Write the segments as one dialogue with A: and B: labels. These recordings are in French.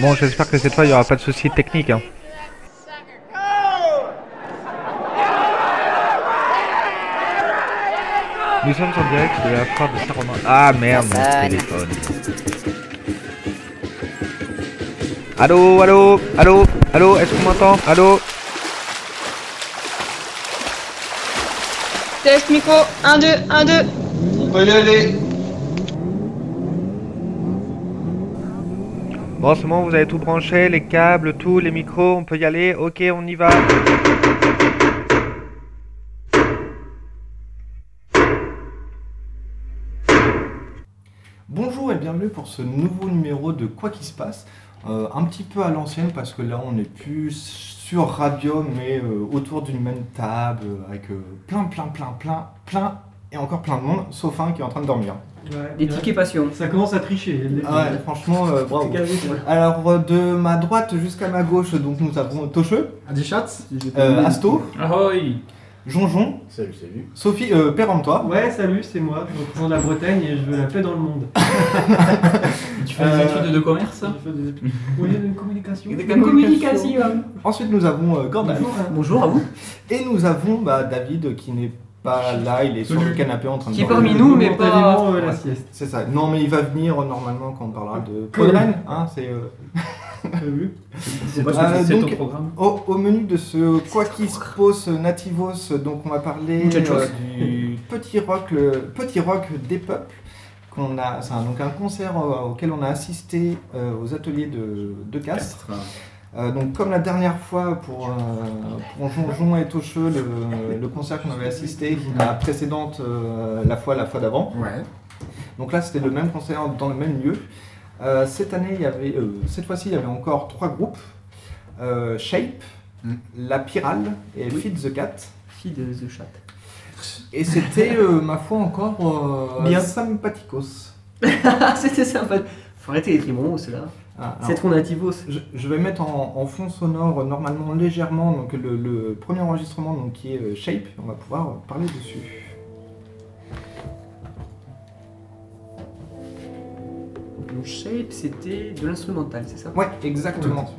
A: Bon, j'espère que cette fois, il n'y aura pas de soucis techniques. hein. Nous sommes en direct de la foire de Saint-Romain. Ah merde, mon
B: Personne.
A: téléphone. Allô, allô, allô, allô, est-ce qu'on m'entend Allô
C: Test micro, 1, 2, 1, 2.
A: Bon, c'est bon, vous avez tout branché, les câbles, tout, les micros, on peut y aller. Ok, on y va.
D: Bonjour et bienvenue pour ce nouveau numéro de Quoi qui se passe. Euh, un petit peu à l'ancienne parce que là on n'est plus sur radio mais euh, autour d'une même table euh, avec euh, plein plein plein plein plein et encore plein de monde sauf un qui est en train de dormir.
E: Ouais,
B: Des tickets passion.
E: Ça commence à tricher. les-
D: Ah ouais, franchement euh, bravo. Alors euh, de ma droite jusqu'à ma gauche donc nous avons Tocheux,
E: Ah, Des chats
D: euh, Asto,
F: Ahoy
D: Jonjon,
G: Salut, salut.
D: Sophie, euh, toi.
E: Ouais, salut, c'est moi. Je représente la Bretagne et je veux la paix dans le monde.
F: Tu fais des
D: Euh,
F: études de commerce
E: Je fais des- Oui, une communication.
D: Ensuite nous avons euh, Gordon.
E: Bonjour. hein.
B: Bonjour à vous.
D: Et nous avons bah, David qui n'est pas là, il est sur le canapé en train de
B: Qui est
D: dormir.
B: parmi nous, mais pas-
E: Momentanément, euh, la sieste.
D: C'est ça. Non, mais il va venir euh, normalement quand on parlera de
E: Cool.
D: Podren. Hein, c'est, euh,
E: T'as vu
F: C'est
D: parce que Euh, c'est ton donc-
F: programme.
D: Au, au menu de ce Quoi qu'il se pose Nativos, donc on va parler
B: Muchachos.
D: euh, du petit rock, le petit rock des peuples. Qu'on a, c'est un, donc un concert euh, auquel on a assisté euh, aux ateliers de, de Castres. Euh, donc comme la dernière fois pour, euh, pour Jonjon et Tocheux, le, le concert qu'on avait assisté, la précédente, euh, la fois la fois d'avant.
G: Ouais.
D: Donc là, c'était le même concert dans le même lieu. Euh, cette année, il y avait, euh, cette fois-ci, il y avait encore trois groupes Euh, Shape,
B: Hmm.
G: Mm.
D: La Pyrale et Feed the Cat.
B: Fille de The Chat.
D: Et c'était, euh, ma foi, encore euh,
B: Bien.
D: sympathicos.
B: Ah, c'était sympa. Faut arrêter les trimons, ceux-là.
D: Ah, alors,
B: C'est trop nativos.
D: je, je vais mettre en, en fond sonore euh, normalement légèrement donc le, le premier enregistrement donc, qui est euh, Shape. On va pouvoir euh, parler dessus.
B: Donc Shape, c'était de l'instrumental, c'est ça
D: Ouais, exactement.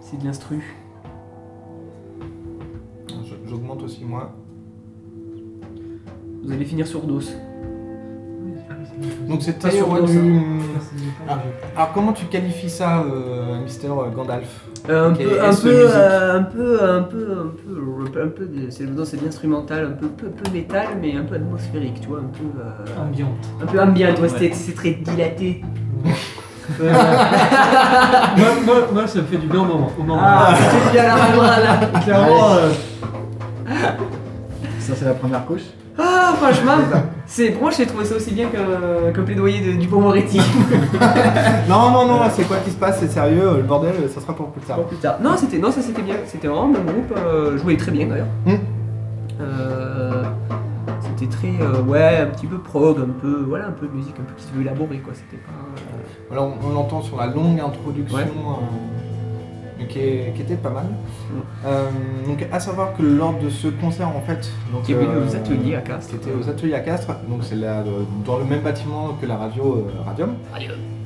B: C'est de l'instru.
D: Je- J'augmente aussi moi.
B: Vous allez finir sur DOS.
D: Donc
B: Pas
D: c'était
B: sur
D: ouais,
B: dos,
D: du-
E: Ah.
D: Alors comment tu qualifies ça, euh, Mister Gandalf
B: Euh, un,
D: Ok,
B: peu, un,
D: est-ce
B: peu,
D: musique
B: euh, un peu, un peu, un peu, un peu, de, c'est dedans, c'est de l'instrumental, un peu, peu, peu métal, mais un peu atmosphérique, tu vois, un peu, euh,
E: Ambiante.
B: un peu ambiant, ouais,
F: Ouais.
B: c'était- c'est très dilaté.
E: Euh, moi, moi, moi, ça me fait du bien au moment. Au moment.
B: Ah, c'était bien la main, là.
E: Clairement, euh,
G: Ça, c'est la première couche.
B: Ah, franchement, c'est moi j'ai trouvé ça aussi bien que, que plaidoyer de, du bon Moretti.
D: Non, non, non, c'est quoi qui se passe C'est sérieux, euh, le bordel, euh, ça sera pour plus tard.
B: Bon, plus tard. Non, c'était non, ça c'était bien, c'était vraiment le groupe euh, jouait très bien d'ailleurs.
D: Hmm.
B: Euh, c'était très euh, ouais, un petit peu prog, un peu voilà, un peu de musique un peu qui se veut élaborer quoi, c'était pas euh,
D: Voilà, on, on l'entend sur la longue introduction,
B: Ouais.
D: euh, mais qui, est- qui était pas mal.
B: Mm.
D: Euh, donc, à savoir que lors de ce concert, en fait, donc,
B: qui est venu
D: euh,
B: aux ateliers à Castres.
D: qui était aux ateliers à Castres, donc c'est la- euh, dans le même bâtiment que la radio euh, Radium.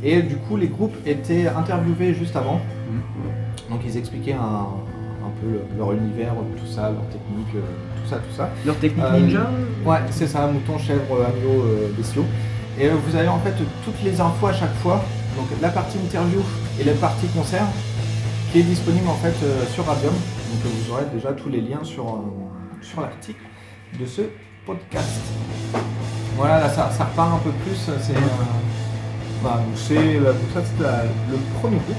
D: Et du coup, les groupes étaient interviewés juste avant.
B: Mm.
D: Donc, ils expliquaient un, un peu le- leur univers, tout ça, leur technique, euh, tout ça, tout ça.
B: Leur technique
D: Euh,
B: ninja.
D: Ouais, c'est ça, mouton, chèvre, agneau, euh, bestiaux. Et euh, vous avez en fait toutes les infos à chaque fois, donc la partie interview et la partie concert, qui est disponible en fait euh, sur Radium. Donc euh, vous aurez déjà tous les liens sur, euh, sur l'article de ce podcast. Voilà, là ça, ça repart un peu plus, c'est... euh, voilà, donc c'est... euh, donc ça c'est la- le premier groupe.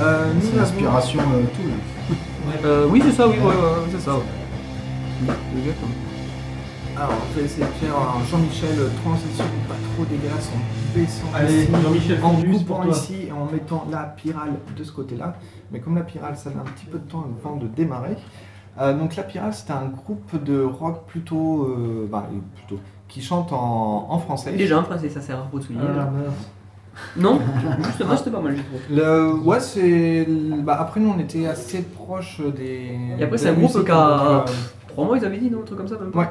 D: Euh,
G: C'est
D: nous avons-
G: l'inspiration euh, tout. Là.
B: Euh, oui, c'est ça, oui, ouais, ouais, ouais, c'est ça. ouais. Exactement.
D: Alors, je vais essayer de faire un Jean-Michel transition pas trop dégueulasse en baissant
E: allez,
D: ici.
E: Jean-Michel
D: en
E: Fondus pour
D: coupant
E: toi.
D: ici et en mettant la pyrale de ce côté-là. Mais comme la pyrale, ça met un petit peu de temps avant de démarrer. Euh, donc la pyrale, c'est un groupe de rock plutôt, euh, bah, euh, plutôt qui chante en, en français.
B: Déjà, enfin, c'est- ça sert à propos de souligner.
E: Ah,
B: là.
E: mince.
B: Non, justement, c'était pas mal, je trouve.
D: Le, ouais, c'est. Bah, après, nous, on était assez proche des.
B: Et
D: de
B: après, c'est un
D: la
B: groupe
D: musique,
B: qui a-
D: donc, euh,
B: Trois mois, ils avaient dit, non, un truc comme ça, même pas.
D: Ouais.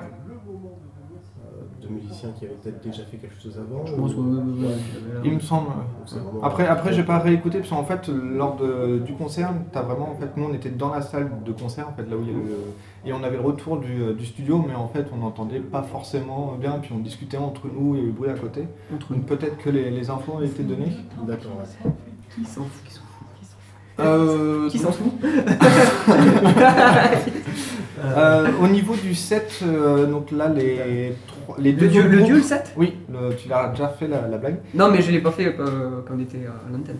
G: 2017. musicien qui avait peut-être déjà fait quelque chose avant.
B: Je pense, ouais,
G: ou-
B: ouais, ouais, ouais, j'avais
D: Il
B: l'air.
D: me semble.
G: Donc, c'est vraiment-
D: Après, après j'ai pas réécouté parce qu'en fait, lors de- du concert, t'as vraiment, en fait, nous on était dans la salle de concert, en fait, là où il y a le- et on avait le retour du, du studio, mais en fait, on n'entendait pas forcément bien, puis on discutait entre nous et le bruit à côté.
B: Entre
D: Donc peut-être que les, les infos ont été données.
G: D'accord, ouais.
B: Qui s'en fout qui s'en fout, qui s'en fout
D: Euh,
B: Qui s'en fout
D: euh, au niveau du set, euh, donc là, les, trois- les deux
B: Le dieu,
D: autres
B: le
D: groupes-
B: dieu, le 7
D: Oui, le- tu l'as déjà fait la, la blague.
B: Non, mais je l'ai pas fait euh, quand on était à l'antenne.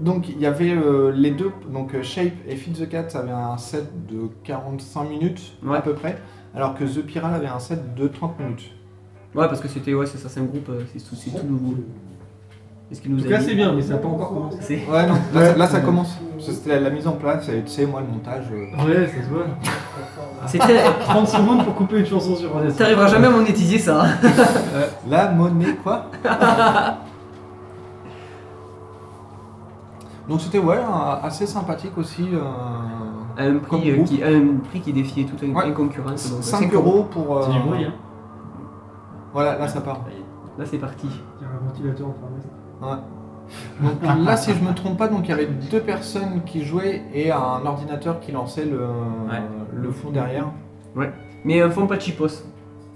D: Donc il y avait euh, les deux, donc euh, Shape et Feed the Cat avaient un set de 45 minutes
B: Ouais.
D: à peu près, alors que The Piral avait un set de 30 minutes.
B: Ouais, parce que c'était, ouais, c'est ça, c'est un groupe, euh, c'est tout, c'est tout nouveau. Est-ce qu'il
E: En
B: nous
E: tout cas,
B: a
E: c'est bien, mais ça n'a pas encore commencé.
B: C'est-
D: Ouais, non, là, ça- là, ça
H: Ouais.
D: commence, Parce que c'était la, la mise en place, et tu sais, moi le montage. euh,
E: Ouais, ça se voit.
B: C'était.
E: 30 secondes pour couper une chanson sur un
B: T'arriveras jamais à monétiser ça. hein.
D: euh, la monnaie, quoi Donc c'était ouais, un- assez sympathique aussi. euh,
B: À un
D: Comme
B: prix, euh,
D: groupe.
B: qui, à un prix qui défiait toute une
D: Ouais.
B: une concurrence. donc, euh,
D: 5
B: cinq
D: euros pour. euh,
E: Ah,
I: C'est du bruit, hein.
D: Voilà, là ça part.
B: Là, c'est parti.
E: Il y a un ventilateur en pharmacie.
D: Donc euh, là, si je me trompe pas, donc il y avait deux personnes qui jouaient et un ordinateur qui lançait le, le fond derrière.
B: Mais un fond pas cheapos.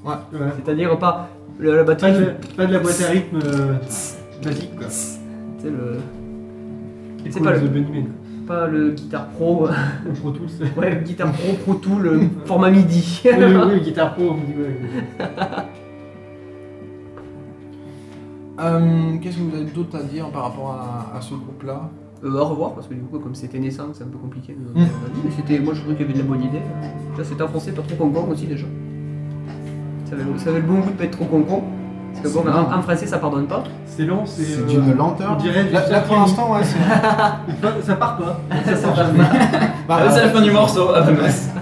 E: Ouais.
B: C'est-à-dire pas le- la
E: Pas
B: batterie.
E: de, pas de la boîte à rythme euh, basique, quoi.
B: C'est le.
E: C'est
B: pas
E: pas
B: le-
E: le Bunnyman.
B: Pas le guitare pro. euh,
E: Le Pro Tools.
B: Ouais, le guitare pro, pro tool, le format midi.
E: Oui, oui, oui, guitare pro, on me dit, ouais, ouais.
D: Euh, Qu'est-ce que vous avez d'autre à dire par rapport à, à ce groupe-là
B: Euh, au revoir, parce que du coup, comme c'était naissant, c'est un peu compliqué. de-
D: Mm.
B: Mais c'était, moi, je trouvais qu'il y avait de la bonne idée. Là, c'était un français pas trop concon aussi, déjà. Ça avait, le- ça avait le bon goût de pas être trop concon. Parce que bon, en, en français, ça pardonne pas.
E: C'est lent, c'est.
H: C'est
E: euh,
H: d'une
E: On
H: lenteur.
E: dirait du
D: Là, là, pour
E: circuit.
D: l'instant, ouais, c'est.
E: Enfin, Ça part pas. Ça
B: Ça
E: part
B: part
E: jamais.
D: Bah,
I: Ah, c'est la fin du morceau, ah bah mince.
E: Non,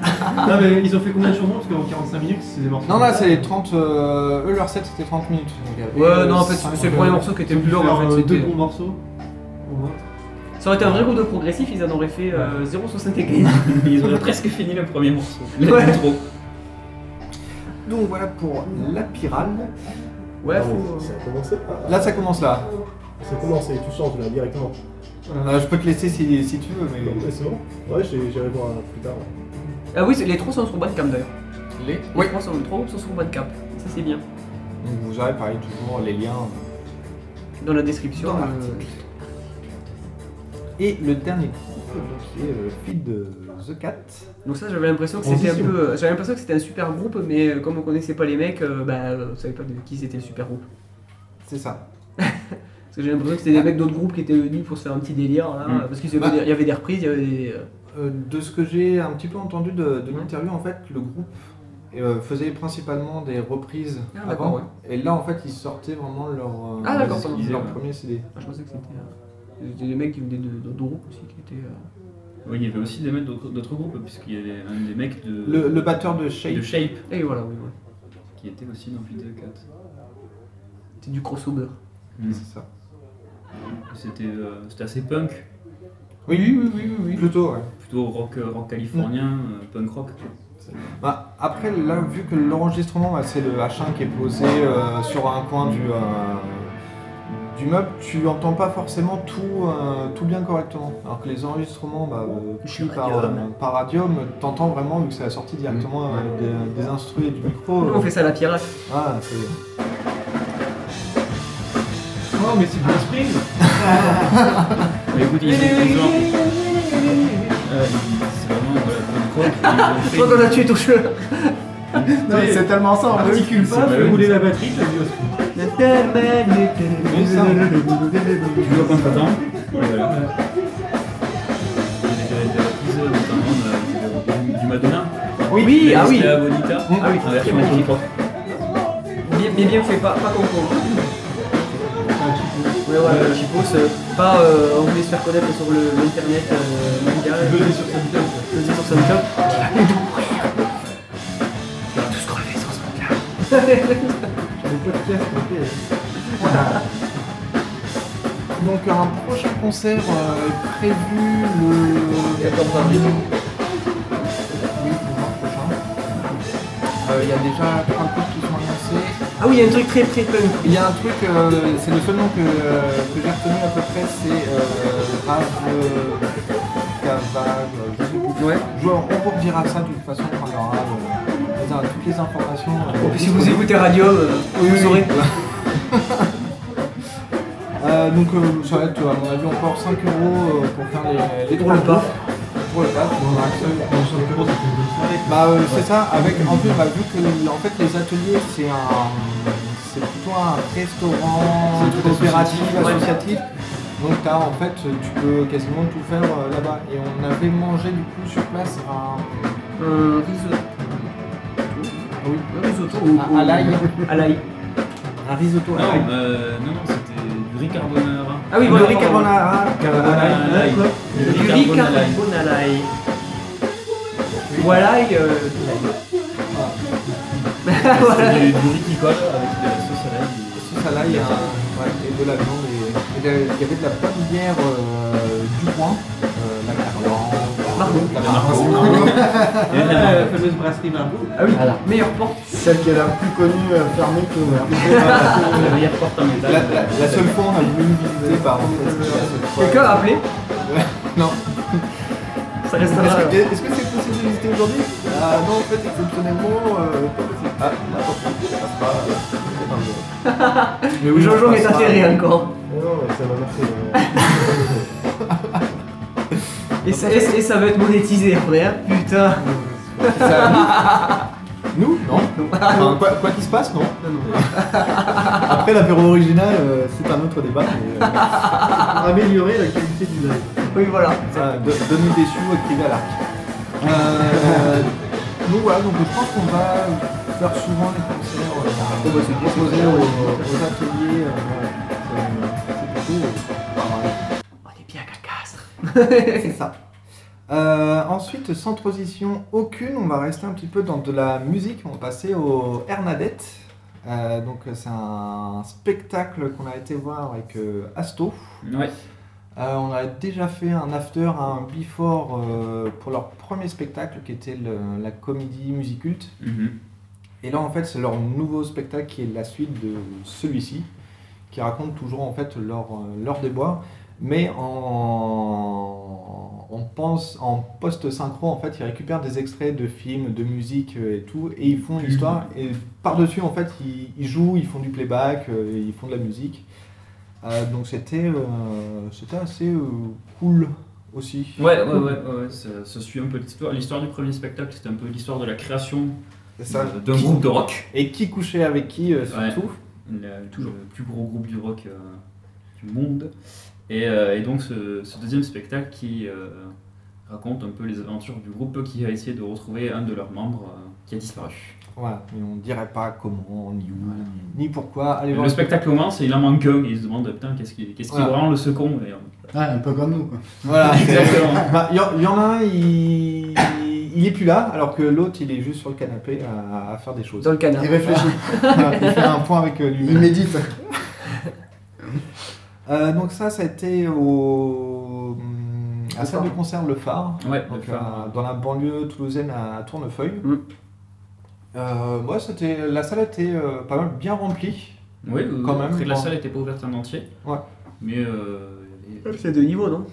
E: Ah, mais ils ont fait combien de chansons Parce qu'en 45 minutes, c'est des morceaux.
D: non, là, c'est les 30. euh, eux, leur set, c'était 30 minutes. Donc, il y avait,
B: Ouais,
D: euh,
B: non, en fait,
D: cinq,
B: c'est le
D: euh,
B: premier morceau qui était
E: Ils ont
B: le
E: dû
B: plus long.
E: faire,
B: En
E: euh,
B: fait,
E: deux
B: c'était-
E: bons morceaux. au moins.
B: ça aurait été un vrai groupe de progressif, ils en auraient fait euh, 0,75.
I: Ils auraient presque fini le premier morceau.
B: Ouais.
I: L'intro.
D: Donc voilà pour la pirale.
B: Ouais,
G: Ah bon,
B: faut.
G: Ça a commencé par-
D: Là, ça commence là.
G: Ça a commencé, tu changes là directement.
D: Euh, je peux te laisser si, si tu veux,
G: Non,
D: mais.
G: mais c'est bon Ouais, j'ai- j'irai voir plus tard. ouais.
B: Ah oui, c'est- les trois sont sur Bandcamp d'ailleurs.
D: Les.
B: Les trois sont, les trois groupes sont sur Bandcamp. Ça, c'est bien.
D: Donc, vous avez pareil, toujours les liens.
B: Dans la description.
D: Dans
B: euh,
D: l'article. Et le dernier groupe, donc, qui est euh, Feed euh, the Cat.
B: Donc ça j'avais l'impression que c'était un
G: Transition.
B: peu j'avais l'impression que c'était un super groupe mais euh, comme on connaissait pas les mecs euh, bah euh, on savait pas de qui c'était le super groupe.
D: C'est ça.
B: Parce que j'ai l'impression que c'était des mecs d'autres groupes qui étaient venus pour se faire un petit délire là
D: Mm.
B: parce qu'il y avait
D: Bah.
B: des- il y avait des reprises, il y avait des euh,
D: Euh, de ce que j'ai un petit peu entendu de, de l'interview, en fait, le groupe euh, faisait principalement des reprises
B: Ah, d'accord,
D: avant. Et là, en fait, ils sortaient vraiment leur, euh,
B: Ah, d'accord,
D: leur-
B: pardon.
D: leur
I: Ouais.
D: premier CD.
B: ah, je pensais que c'était euh, c'était des mecs qui venaient de- d'autres groupes aussi qui étaient euh,
I: Oui, il y avait aussi des mecs d'autres d'autres groupes, puisqu'il y avait un des mecs de,
D: Le, le batteur de Shape.
I: de Shape
B: et voilà oui ouais.
I: qui était aussi dans Feed the Cat.
B: C'était du crossover.
D: C'est ça.
I: C'était euh, c'était assez punk,
D: Oui, oui, oui, oui, oui. Plutôt, ouais.
I: plutôt rock, rock californien, euh, punk rock.
D: Bah, après, là, vu que l'enregistrement, bah, c'est le H1 qui est posé euh, sur un coin du, euh, du meuble, tu n'entends pas forcément tout, euh, tout bien correctement. Alors que les enregistrements bah, euh,
B: Sur
D: par,
B: Radium.
D: euh, par Radium, t'entends vraiment, vu que c'est la sortie directement euh, des, des instruments et du micro.
B: Nous, on
D: euh,
B: fait ça à la pirate.
D: ah, c'est-
E: Oh, mais c'est bien Spring
I: Mais écoutez, ils sont ils ont- euh, c'est vraiment voilà, punk rock.
B: Je
I: ils
B: crois
I: ont fait-
B: qu'on a tué ton cheveu.
H: Non, mais c'est tellement ça en fait.
E: Articule pas,
I: c'est-
E: je
I: bah
E: vais
I: oui.
E: rouler la batterie, t'as vu aussi.
D: Mais ça,
I: Tu vois pas temps. Voilà. Il y avait des- des reprises, notamment euh, du- du Madonna.
B: Oui,
I: Mais
B: ah oui.
I: c'était à Bonita,
B: Ah oui,
I: en version
B: c'est magnifique.
I: punk rock.
B: Bien- mais bien fait, pas, pas comme con. Ouais, ouais, euh, Chipos, euh, pas euh, on voulait se faire connaître sur le- l'internet euh, manga.
E: Venez sur cette table.
B: Vas-y sur SoundCloud. On va tous crever sur SoundCloud.
E: Le podcast, ok.
D: donc un prochain concert euh, est prévu le
B: 14 avril.
D: Oui, le mois prochain. Euh, Il y a déjà trois groupes qui sont annoncés.
B: Ah oui, il y a un truc très très punk.
J: Il y a un truc, euh, c'est le seul nom que, que j'ai retenu à peu près, c'est euh, Rave Cavage, je sais plus. Ouais, euh, je- on vous redira ça de toute façon quand il y aura euh, les in- toutes les informations. euh,
B: Si vous écoutez Radium, euh, vous aurez.
J: Euh, donc euh, ça va être à mon avis encore 5 euros euh, pour faire les, les
B: Pour le
J: trois
B: pas.
J: courses. Pour le pas, pour le max.
E: euros, ça fait une bonne soirée.
J: Bah euh, c'est ça, avec en plus bah, vu que en fait les ateliers c'est un c'est plutôt un restaurant
E: C'est tout
J: coopératif,
E: associatif, ouais.
J: associatif. Donc t'as en fait tu peux quasiment tout faire euh, là-bas. Et on avait mangé du coup sur place un,
B: Ah Un Euh, risotto.
J: oui,
B: Un Ah risotto au-
J: un,
D: Ah,
B: au-
J: à l'ail,
B: À l'ail.
J: un risotto à
I: Non,
J: l'ail.
I: euh, non, non, c'était du riz carbonara. Ah,
B: Ah oui,
J: Le
B: voilà.
J: riz carbonara,
I: Carbonara à l'ail.
B: Du
I: Le riz
B: riz
I: carbonara à l'ail.
B: carbone à l'ail. Voilà, et, euh, Ah.
I: C'était du, du riz qui colle avec de la sauce à l'ail.
J: sauce à l'ail euh, ouais, et de la viande. et- et de- Il y avait de la pomme bière euh, du coin, euh, la Carlan, la Margot.
I: Et de la
E: Ah,
I: marque.
E: la fameuse brasserie Margot.
B: Ah oui,
K: Voilà.
B: meilleure porte.
G: Celle qui a la plus connue, euh, fermée que ouverte.
I: La meilleure porte en
J: La,
I: métal.
J: la- la seule fois on a voulu nous visiter par en fait, c'était la seule fois.
B: Quelqu'un a appelé
J: Non.
B: Ça
J: Est-ce
B: restera. euh.
J: que- Est-ce que c'est possible de visiter aujourd'hui Ah non, en fait, exceptionnellement, euh, pas possible. Ah, n'importe qui, ça passe pas. euh, c'est pas grave.
B: Mais oui, Jojo est atterré encore.
G: Non, non, ça m'a marqué. euh.
B: Et ça, et, et ça va être monétisé après, hein. Putain.
J: Ça- Nous Non. Enfin, quoi quoi qu'il se passe, non.
K: Après, l'apéro original, euh, c'est un autre débat. mais, euh,
G: Améliorer la qualité du live.
B: Oui, voilà.
J: Voilà, do- Donnez des sous, écrivez à l'arc. Euh, donc voilà, donc je pense qu'on va faire souvent les concerts euh, proposer aux, aux ateliers. euh, voilà. C'est- c'est plutôt, euh, pas mal.
B: On est bien à Castres.
J: C'est ça. Euh, ensuite, sans transition aucune, on va rester un petit peu dans de la musique. On va passer au Hernadette. Euh, donc c'est un spectacle qu'on a été voir avec euh, Asto.
I: Ouais.
J: Euh, on a déjà fait un after, un before euh, pour leur premier spectacle qui était le- la comédie musiculte.
I: Mhm.
J: Et là en fait c'est leur nouveau spectacle qui est la suite de celui-ci, qui raconte toujours en fait leur, euh, leur déboire, mais en, on pense, en post-synchro en fait ils récupèrent des extraits de films, de musique euh, et tout, et ils font l'histoire, et par-dessus en fait ils, ils jouent, ils font du playback, euh, ils font de la musique. Euh, donc c'était euh, c'était assez euh, cool aussi.
I: Ouais, ouais, ouais, ouais, ouais, ça, ça suit un peu l'histoire. L'histoire du premier spectacle, c'était un peu l'histoire de la création
J: C'est ça.
I: d'un groupe de rock.
J: Et qui couchait avec qui euh,
I: Ouais.
J: surtout.
I: Le, le plus gros groupe du rock euh, du monde. Et, euh, et donc ce, ce deuxième spectacle qui euh, raconte un peu les aventures du groupe qui a essayé de retrouver un de leurs membres euh, qui a disparu.
J: Voilà, mais on dirait pas comment, ni où,
I: Voilà.
J: ni pourquoi. Allez voir
I: Le spectacle commence et il en manque un et il se demande putain qu'est-ce qui, qu'est-ce qui
J: Voilà.
I: branle ce con Et
K: ouais, un peu comme nous, quoi.
J: Voilà.
I: Exactement.
J: Bah, y, en- y en a un, il, il est plus là, alors que l'autre, il est juste sur le canapé à, à faire des choses.
B: Dans le canard.
K: Il
E: Ah.
K: réfléchit,
J: il fait un point avec euh,
K: il
J: lui-même.
K: médite.
J: Euh, donc ça, ça a été au hum, à la salle de concert Le Phare,
I: on- Ouais, le
J: donc, euh,
I: phare.
J: à- dans la banlieue toulousaine à Tournefeuille.
B: Mm.
J: Euh, ouais, c'était la salle était euh, pas mal bien remplie.
I: Oui, euh,
J: Quand même,
I: après la
J: bon.
I: salle n'était pas ouverte en entier.
J: Ouais.
I: Mais euh, il y avait-
B: C'est de niveau, non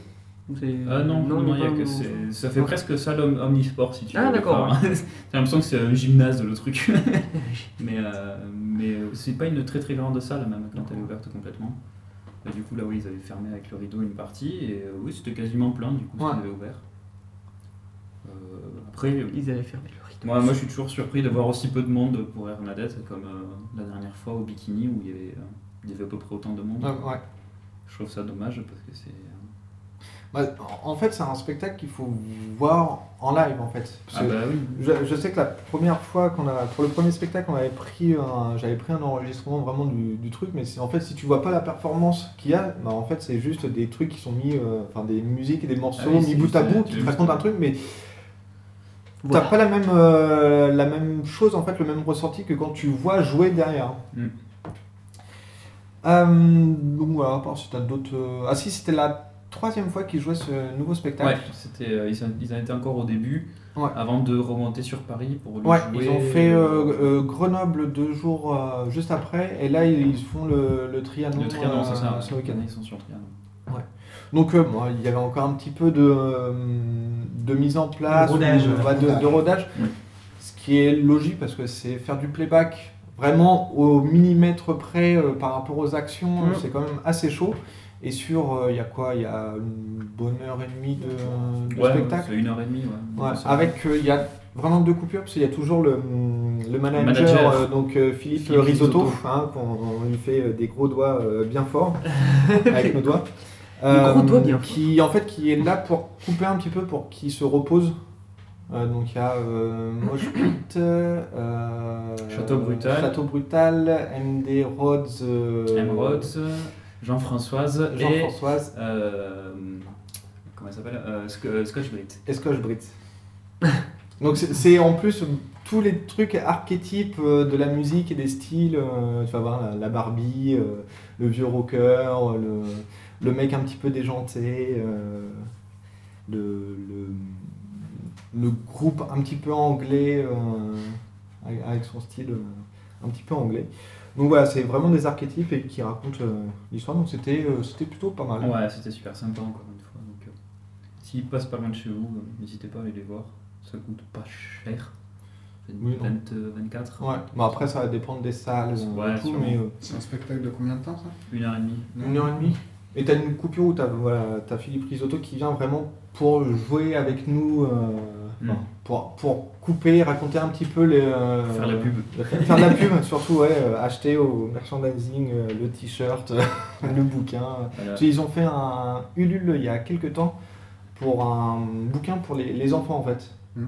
B: C'est-
I: Ah non, non, il y a
B: pas-
I: que c'est- ça fait presque salle om- omnisport si tu
B: Ah,
I: veux.
B: d'accord,
I: Enfin, J'ai l'impression que c'est un gymnase le truc. mais euh, mais c'est pas une très très grande salle même quand elle est ouverte complètement. Et du coup là oui ils avaient fermé avec le rideau une partie et euh, oui c'était quasiment plein du coup ce
J: Ouais.
I: qu'ils avaient ouvert. Euh, après euh,
B: Ils allaient fermer le rythme.
I: moi, moi je suis toujours surpris de voir aussi peu de monde pour Hernadette comme euh, la dernière fois au bikini où il y avait, euh, il y avait à peu près autant de monde.
J: Ah Ouais, ouais.
I: Je trouve ça dommage parce que c'est... euh,
J: Bah, en fait, c'est un spectacle qu'il faut voir en live en fait. Parce
I: Ah
J: que
I: bah oui.
J: Je, je sais que la première fois qu'on a pour le premier spectacle, on avait pris un- j'avais pris un enregistrement vraiment du, du truc, mais c'est- en fait si tu vois pas la performance qu'il y a, bah en fait c'est juste des trucs qui sont mis, euh, enfin des musiques et des morceaux
I: Ah oui,
J: mis
I: c'est
J: bout à
I: juste,
J: bout
I: euh,
J: qui
I: tu
J: te
I: les
J: racontent un truc, mais
B: Voilà.
J: t'as pas la même euh, la même chose en fait, le même ressenti que quand tu vois jouer derrière.
I: Mm.
J: Euh, donc voilà, à part si t'as d'autres, euh, ah si c'était la troisième fois qu'ils jouaient ce nouveau spectacle.
I: Ouais, c'était, euh, ils, en, ils en étaient encore au début,
J: Ouais.
I: avant de remonter sur Paris pour le
J: Ouais,
I: jouer.
J: ils ont fait euh, euh, Grenoble deux jours euh, juste après, et là ils, ils font le, le Trianon,
I: le Trianon, c'est
J: euh,
I: ça.
J: ce week-end.
I: Ils sont sur Trianon.
J: Donc euh, bon, il y avait encore un petit peu de, euh, de mise en place,
G: De rodage,
J: ou, bah, de, de rodage,
I: Ouais.
J: ce qui est logique parce que c'est faire du playback vraiment au millimètre près euh, par rapport aux actions,
B: Mm.
J: c'est quand même assez chaud. Et sur, euh, il y a quoi Il y a une bonne heure et demie de, de
I: Ouais,
J: spectacle.
I: C'est une heure et demie, ouais.
J: Ouais,
I: Donc, ça-
J: avec, euh, il y a vraiment deux coupures, parce qu'il y a toujours le, le manager,
I: manager.
J: euh, donc euh, Philippe,
I: Philippe
J: Risotto,
I: Risotto.
J: hein, qu'on on lui fait euh, des gros doigts euh, bien forts avec nos doigts. Euh,
B: gros doigts bien
J: qui en fait qui est là pour couper un petit peu pour qu'il se repose. Euh, donc il y a euh, Mosh Pit, euh,
I: Château Brutal.
J: Château Brutal, MD Rhodes, euh,
I: Emerauds, Jean-Françoise et.
J: Jean-Françoise
I: euh, comment elle s'appelle euh, Sc- euh, Scotch Brit.
J: et Scotch Brit. Donc c'est- c'est en plus tous les trucs archétypes euh, de la musique et des styles. euh, tu vas voir la, la Barbie, euh, le vieux rocker, euh, le, le mec un petit peu déjanté, euh, le, le, le groupe un petit peu anglais, euh, avec- avec son style euh, un petit peu anglais. Donc voilà, c'est vraiment des archétypes et qui racontent euh, l'histoire. Donc c'était euh, c'était plutôt pas mal.
I: Ouais, c'était super sympa encore une fois. Donc, euh, s'ils passent pas loin de chez vous, euh, n'hésitez pas à aller les voir. Ça coûte pas cher. euh,
J: Oui, non.
I: 20, 24,
J: Ouais. Bon, après ça va dépendre des salles, euh,
I: Ouais,
J: et tout,
I: sûrement.
J: mais euh,
G: C'est un spectacle de combien de temps ça
I: une heure et demie.
J: Une heure et demie. Et t'as une coupure où t'as voilà, t'as Philippe Risotto qui vient vraiment pour jouer avec nous, euh,
I: Mm.
J: enfin, pour, pour couper, raconter un petit peu les. euh,
I: Faire la pub.
J: Faire de la pub, surtout, ouais, euh, acheter au merchandising euh, le t-shirt, le bouquin.
I: Voilà.
J: Parce qu'ils ont fait un Ulule il y a quelques temps pour un bouquin pour les, les enfants en fait.
G: Mm.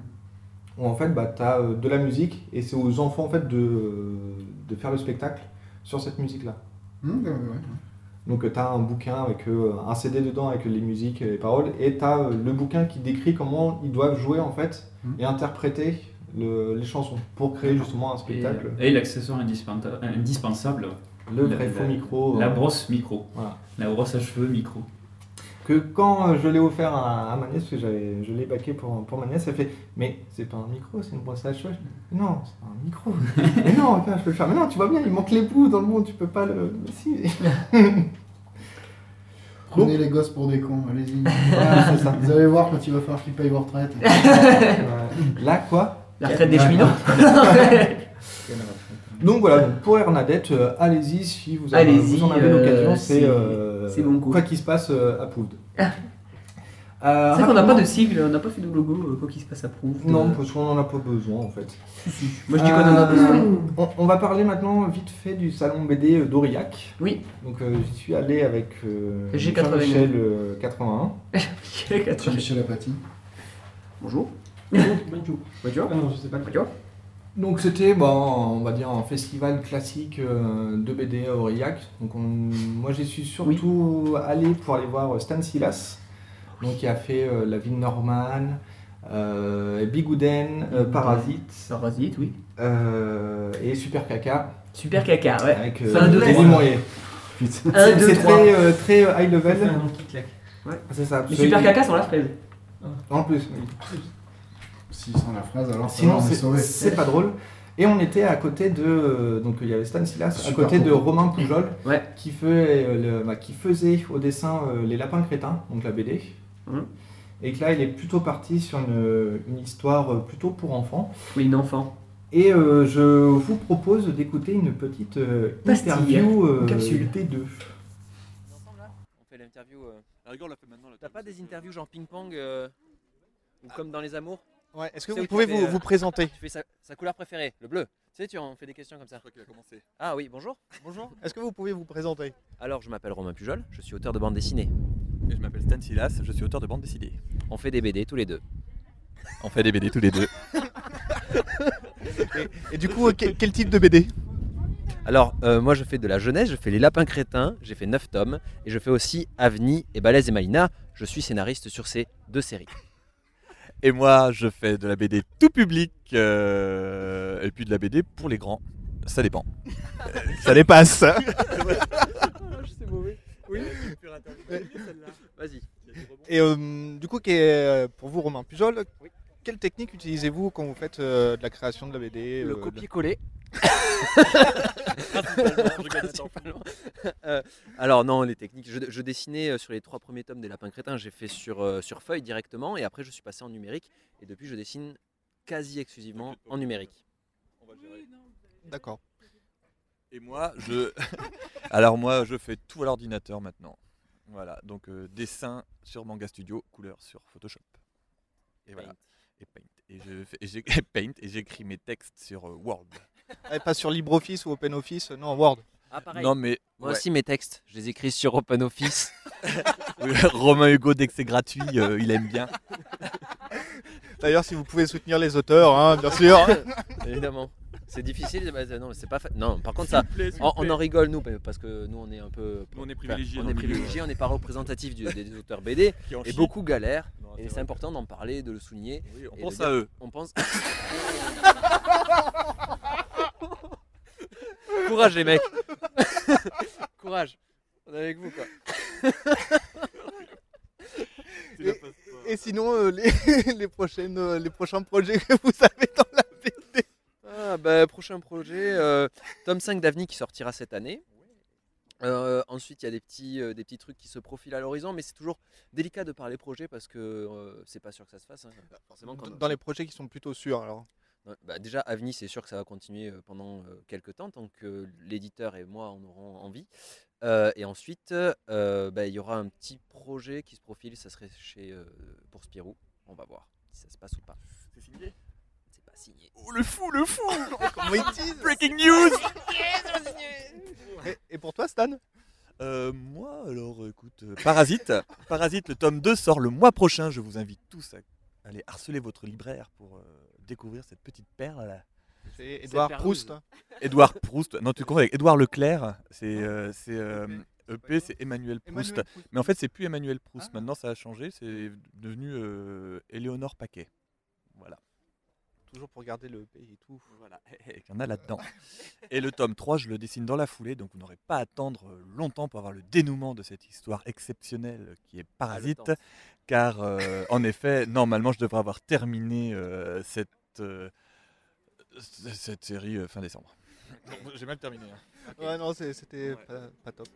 J: Où en fait bah, tu as de la musique et c'est aux enfants en fait de, de faire le spectacle sur cette musique là.
G: Hum, ouais, ouais.
J: Donc tu as un bouquin avec euh, un CD dedans avec les musiques et les paroles et tu as le bouquin qui décrit comment ils doivent jouer en fait
I: Hmm.
G: Mm.
J: et interpréter le- les chansons pour créer justement un
I: Et,
J: spectacle.
I: et l'accessoire indispenta- indispensable,
J: le
I: la-
J: vrai faux
I: la-
J: micro.
I: la
J: euh,
I: brosse micro.
J: Voilà.
I: La brosse à cheveux micro.
J: que quand euh, je l'ai offert à, à ma nièce, parce que j'avais, je l'ai baqué pour, pour ma nièce, elle fait Mais c'est pas un micro, c'est une brosse à cheveux. Je dis, Non, c'est pas un micro. mais non, attends, je peux le faire. Mais non, tu vois bien, il manque les bouts dans le monde, tu peux pas le. Mais si.
G: Prenez les gosses pour des cons, allez-y.
J: Voilà, c'est ça.
G: Vous allez voir quand il va falloir qu'ils payent vos retraites.
J: Euh, Là, quoi
B: La retraite des
J: Ouais.
B: cheminots.
J: Donc voilà, donc, pour Hernadette, euh, allez-y si vous, avez,
B: Allez-y,
J: vous en avez
B: euh,
J: l'occasion, c'est,
B: c'est-
J: euh,
B: c'est bon coup.
J: quoi qu'il se passe euh, à Poudre.
B: C'est vrai qu'on n'a pas de sigle, on n'a pas fait de logo, euh, quoi qu'il se passe à prouve.
J: Non, parce qu'on en a pas besoin en fait.
B: Moi je dis qu'on en a
J: Euh,
B: besoin.
J: On, on va parler maintenant vite fait du salon BD d'Aurillac.
B: Oui.
J: Donc euh, j'y suis allé avec euh,
B: J'ai 81.
J: Jean-Michel euh, 81.
G: Jean-Michel Apathy.
B: Bonjour.
E: Bonjour.
B: Bonjour.
E: Ah non, je sais pas.
B: Bonjour.
J: Donc c'était, bah, on va dire, un festival classique euh, de BD à Aurillac. Donc on- moi j'y suis surtout allé pour aller voir euh, Stan Silas, donc, qui a fait euh, La ville normale, euh, Bigouden, euh, Parasite
B: Sarrazit, oui.
J: euh, et Super Caca.
B: Super caca, ouais.
J: Avec
B: C'est un, deux,
J: Teddy
B: trois.
J: Moyer.
B: Un,
J: C'est
B: deux,
J: c'est
B: trois.
J: très, euh, très euh, high
E: C'est un
J: level.
E: nom qui claque.
J: C'est ça.
B: Les
J: Celui-
B: super caca sont la fraise.
J: En plus, oui.
G: S'ils sont la phrase, alors ça va,
J: Sinon,
G: on est
J: c'est-
G: sauvé.
J: c'est pas drôle. Et on était à côté de. euh, Donc il y avait Stan Silas, à
G: Super
J: côté de
G: cool.
J: Romain Poujol,
B: Ouais.
J: qui, fait, euh, le- bah, qui faisait au dessin euh, Les Lapins Crétins, donc la BD.
B: Mhm.
J: Et que là, il est plutôt parti sur une, une histoire euh, plutôt pour enfants.
B: Oui, une enfant.
J: Et euh, je vous propose d'écouter une petite euh,
B: Pastille.
J: interview euh,
B: Une capsule.
J: des deux.
L: On fait l'interview. Euh... La rigueur, on la fait maintenant. T'as pas des interviews genre ping-pong euh, ou comme dans Les Amours
M: Ouais, est-ce que
L: C'est
M: vous
L: où tu
M: pouvez
L: fais,
M: vous,
L: euh,
M: vous présenter
L: Tu fais sa, sa couleur préférée, le bleu. Tu sais, tu en fais des questions comme ça. Ah oui, bonjour.
M: Bonjour. Est-ce que vous pouvez vous présenter
L: Alors, je m'appelle Romain Pujol, je suis auteur de bande dessinée.
N: Et je m'appelle Stan Silas, je suis auteur de bande dessinée.
L: On fait des BD tous les deux.
N: On fait des BD tous les deux.
M: Et du coup, euh, que- quel type de BD
L: Alors, euh, moi, je fais de la jeunesse, je fais Les Lapins Crétins, j'ai fait 9 tomes, et je fais aussi Avni et Balèze et Malina. Je suis scénariste sur ces deux séries.
N: Et moi, je fais de la BD tout public euh, et puis de la BD pour les grands. Ça dépend. Euh, Ça dépasse.
L: C'est mauvais. Oui, celle-là. Vas-y.
J: Et euh, du coup, qui est, euh, pour vous, Romain Pujol, quelle technique utilisez-vous quand vous faites euh, de la création de la BD
L: Le
J: euh, de-
L: copier-coller. Principalement. Euh, alors non, les techniques. Je, je dessinais euh, sur les trois premiers tomes des Lapins Crétins. J'ai fait sur, euh, sur feuille directement et après je suis passé en numérique. Et depuis, je dessine quasi exclusivement en numérique.
J: D'accord.
G: Et moi, je. Alors moi, je fais tout à l'ordinateur maintenant. Voilà, donc euh, dessin sur Manga Studio, couleur sur Photoshop. Et voilà. Et Paint. Et je fais- et j'ai- et Paint et j'écris mes textes sur euh, Word.
J: Eh, pas sur LibreOffice ou OpenOffice, euh, non, en Word.
L: Ah, pareil.
G: Non mais
L: Moi aussi, mes textes, je les écris sur OpenOffice.
G: Romain Hugo, dès que c'est gratuit, euh, il aime bien.
J: D'ailleurs, si vous pouvez soutenir les auteurs, hein, bien sûr.
L: Évidemment. C'est difficile, mais, euh, non, mais c'est pas fa- Non, par contre,
J: S'il
L: ça,
J: vous plaît, s'il
L: on,
J: vous plaît.
L: on en rigole, nous, parce que nous, on est un peu.
G: Nous, on est
L: enfin,
G: privilégiés
L: on
G: dans
L: est
G: le milieu.
L: privilégiés, on n'est pas représentatif du- des, des auteurs BD.
G: Qui en
L: Et
G: chient.
L: beaucoup galèrent. et c'est important d'en parler, de le souligner.
G: on
L: et de
G: pense
L: dire-
G: à eux.
L: On pense. Courage, les mecs. Courage. On est avec vous, quoi.
J: Et, et sinon, euh, les, les, prochaines, euh, les prochains projets que vous avez dans la BD.
L: Ah, bah, prochain projet, euh, tome 5 d'Avni qui sortira cette année. Euh, ensuite, il y a des petits, euh, des petits trucs qui se profilent à l'horizon, mais c'est toujours délicat de parler projet parce que euh, c'est pas sûr que ça se fasse. hein. Forcément, quand-
J: Dans les projets qui sont plutôt sûrs, alors.
L: Non, bah, déjà, Avni, c'est sûr que ça va continuer euh, pendant euh, quelques temps, tant que l'éditeur et moi en aurons envie. Euh, et ensuite, euh, bah, il y aura un petit projet qui se profile, ça serait chez, euh, pour Spirou. On va voir si ça se passe ou pas.
G: C'est signé
L: C'est pas signé.
G: Oh, le fou, le fou
J: Comment ils disent
G: Breaking news
J: et, et pour toi, Stan
G: Euh, Moi, alors, écoute, euh, Parasite. Parasite, le tome 2 sort le mois prochain. Je vous invite tous à aller harceler votre libraire pour euh, découvrir cette petite perle.
J: C'est Édouard
G: perleuse.
J: Proust.
G: Édouard Proust. Non, tu confonds avec Édouard Leclerc. C'est euh, c'est, euh, EP, c'est Emmanuel Proust. Ah.
J: Emmanuel Proust.
G: Mais en fait, c'est plus Emmanuel Proust. Maintenant, ça a changé. C'est devenu euh, Éléonore Paquet. Voilà.
J: Toujours pour garder le pays et tout.
G: Voilà. Et qu'il Eh, y en a là-dedans. Et le tome 3, je le dessine dans la foulée, donc vous n'aurez pas à attendre euh, longtemps pour avoir le dénouement de cette histoire exceptionnelle qui est Parasite,
L: Ah, temps.
G: car euh, en effet, normalement, je devrais avoir terminé euh, cette, euh, c- cette série euh, fin décembre. J'ai mal terminé. hein.
J: Ouais, non, c'est- c'était pas, pas top.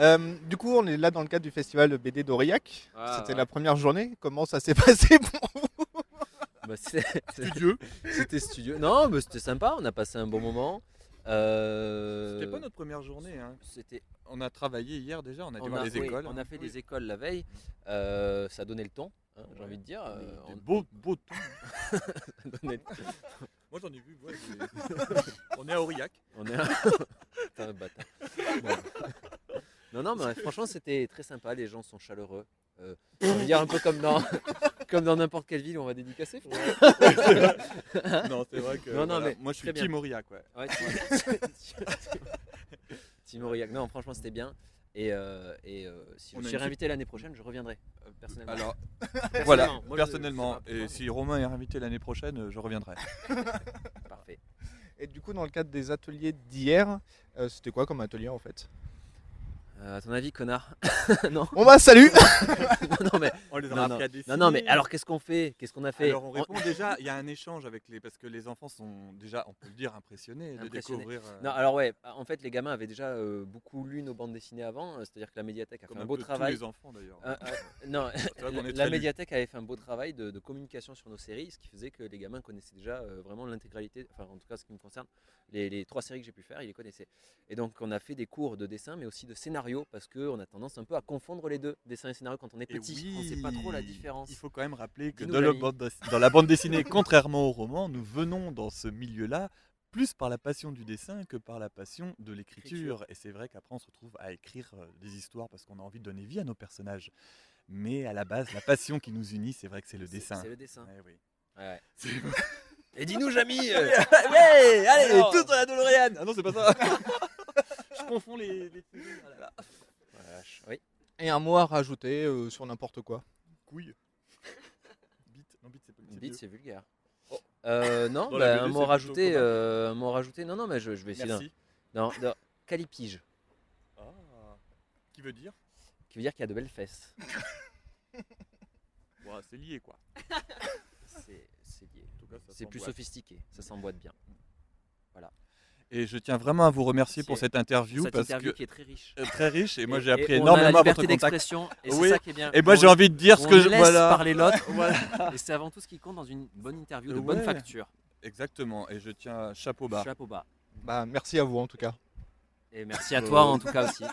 J: Euh, du coup, on est là dans le cadre du festival BD d'Aurillac.
L: Ah,
J: C'était
L: ouais.
J: la première journée. Comment ça s'est passé pour vous
L: Bah, c'est- c'est-
J: Studieux.
L: C'était studieux. Non, mais c'était sympa, on a passé un bon moment. Euh,
G: C'était pas notre première journée. hein.
L: C'était.
G: On a travaillé hier déjà. On a dû
L: on
G: voir
L: a-
G: les
L: oui,
G: écoles. hein.
L: on a fait des écoles la veille. Euh, ça donnait le ton, hein, j'ai envie de dire. euh, on-
G: Beau, beau tout.
L: ça donnait le ton.
G: Moi, j'en ai vu. ouais, j'ai- on est à Aurillac.
L: On est. Putain, le bâtard. Bon. Non, non, mais franchement, c'était très sympa. Les gens sont chaleureux. Euh, j'ai envie de dire un peu comme dans comme dans n'importe quelle ville où on va dédicacer.
G: Non, c'est vrai que,
L: Non, non,
G: voilà,
L: mais
G: moi, je suis
L: très bien.
G: Team Aurillac, ouais.
L: Tim- Tim Aurillac. Non, franchement, c'était bien. Et, euh, et euh, si
G: On
L: je
G: a
L: suis
G: une-
L: réinvité l'année prochaine, je reviendrai. euh, personnellement.
G: Alors,
L: Personnellement,
G: voilà,
L: moi, je-
G: personnellement. Et si Romain est invité l'année prochaine, euh, je reviendrai.
L: Parfait.
J: Et du coup, dans le cadre des ateliers d'hier, euh, c'était quoi comme atelier en fait
L: Euh, à ton avis, connard Non.
J: Bon bah, salut
L: non, non, mais.
G: On les
L: non,
G: aura
L: non.
G: appris à
L: non,
G: dessiner.
L: non, mais alors qu'est-ce qu'on fait Qu'est-ce qu'on a fait
G: Alors on répond déjà, il y a un échange avec les parce que les enfants sont déjà, on peut le dire, impressionnés de
L: Impressionné.
G: découvrir. euh,
L: Non, alors ouais, en fait, les gamins avaient déjà euh, beaucoup lu nos bandes dessinées avant, euh, c'est-à-dire que la médiathèque a
G: Comme
L: fait
G: un
L: un beau
G: peu tous
L: travail.
G: les enfants, d'ailleurs.
L: Euh, euh, non,
G: C'est vrai qu'on est
L: la
G: très lus.
L: médiathèque avait fait un beau travail de, de communication sur nos séries, ce qui faisait que les gamins connaissaient déjà euh, vraiment l'intégralité, enfin en tout cas ce qui me concerne, les, les trois séries que j'ai pu faire, ils les connaissaient. Et donc on a fait des cours de dessin, mais aussi de scénario, parce qu'on a tendance un peu à confondre les deux, dessin et scénario, quand on est
G: Et
L: petit, on ne sait pas trop la
G: oui,
L: différence.
G: Il faut quand même rappeler que
L: Dis-nous,
G: dans, le
L: Dany.
G: bande dess- dans la bande dessinée, contrairement au roman, nous venons dans ce milieu-là plus par la passion du dessin que par la passion de l'écriture. Et c'est vrai qu'après, on se retrouve à écrire euh, des histoires parce qu'on a envie de donner vie à nos personnages. Mais à la base, la passion qui nous unit, c'est vrai que c'est le dessin. Eh
L: C'est le dessin. Ouais,
G: ouais.
L: Et dis-nous, Jamy euh,
G: Ouais, allez,
L: alors,
G: tous dans la DeLorean Ah non, c'est pas ça Je confonds les... les...
L: Oh la vache, Oui.
J: Et un mot à rajouter euh, sur n'importe quoi.
G: Couille. Bite, non, bite, c'est pas
L: Bite, c'est vulgaire. Euh, non,
G: Dans
L: bah,
G: la BD,
L: un
G: c'est
L: mot
G: plutôt
L: rajouté,
G: commun.
L: euh, un mot rajouté. Non, non, mais je, je vais essayer. d'un-
G: Merci.
L: Non, non, calipige,
G: Ah, qui veut dire
L: qui veut dire qu'il y a de belles fesses.
N: Bon, c'est lié, quoi.
L: C'est c'est lié.
N: tout cas, ça
L: C'est plus
N: s'emboîte.
L: sophistiqué, ça s'emboîte bien. Voilà.
N: Et je tiens vraiment à vous remercier pour
L: C'est-
N: cette interview.
L: pour cette
N: parce
L: interview
N: que,
L: qui est très riche.
N: Euh, très riche. Et, moi,
L: Et-
N: j'ai
L: et
N: appris
L: on a la
N: énormément à votre
L: liberté
N: contact.
L: d'expression, et c'est ça qui est bien.
N: Et moi,
L: On-
N: j'ai envie de dire ce
L: on
N: que je.
L: laisse
N: Voilà.
L: parler l'autre.
N: Voilà. Euh,
L: Et c'est avant tout ce qui compte dans une bonne interview de
N: Ouais.
L: bonne facture.
N: Exactement. Et je tiens chapeau bas.
L: Chapeau bas.
M: Bah, merci à vous en tout cas.
L: Et merci à toi, en tout cas, aussi.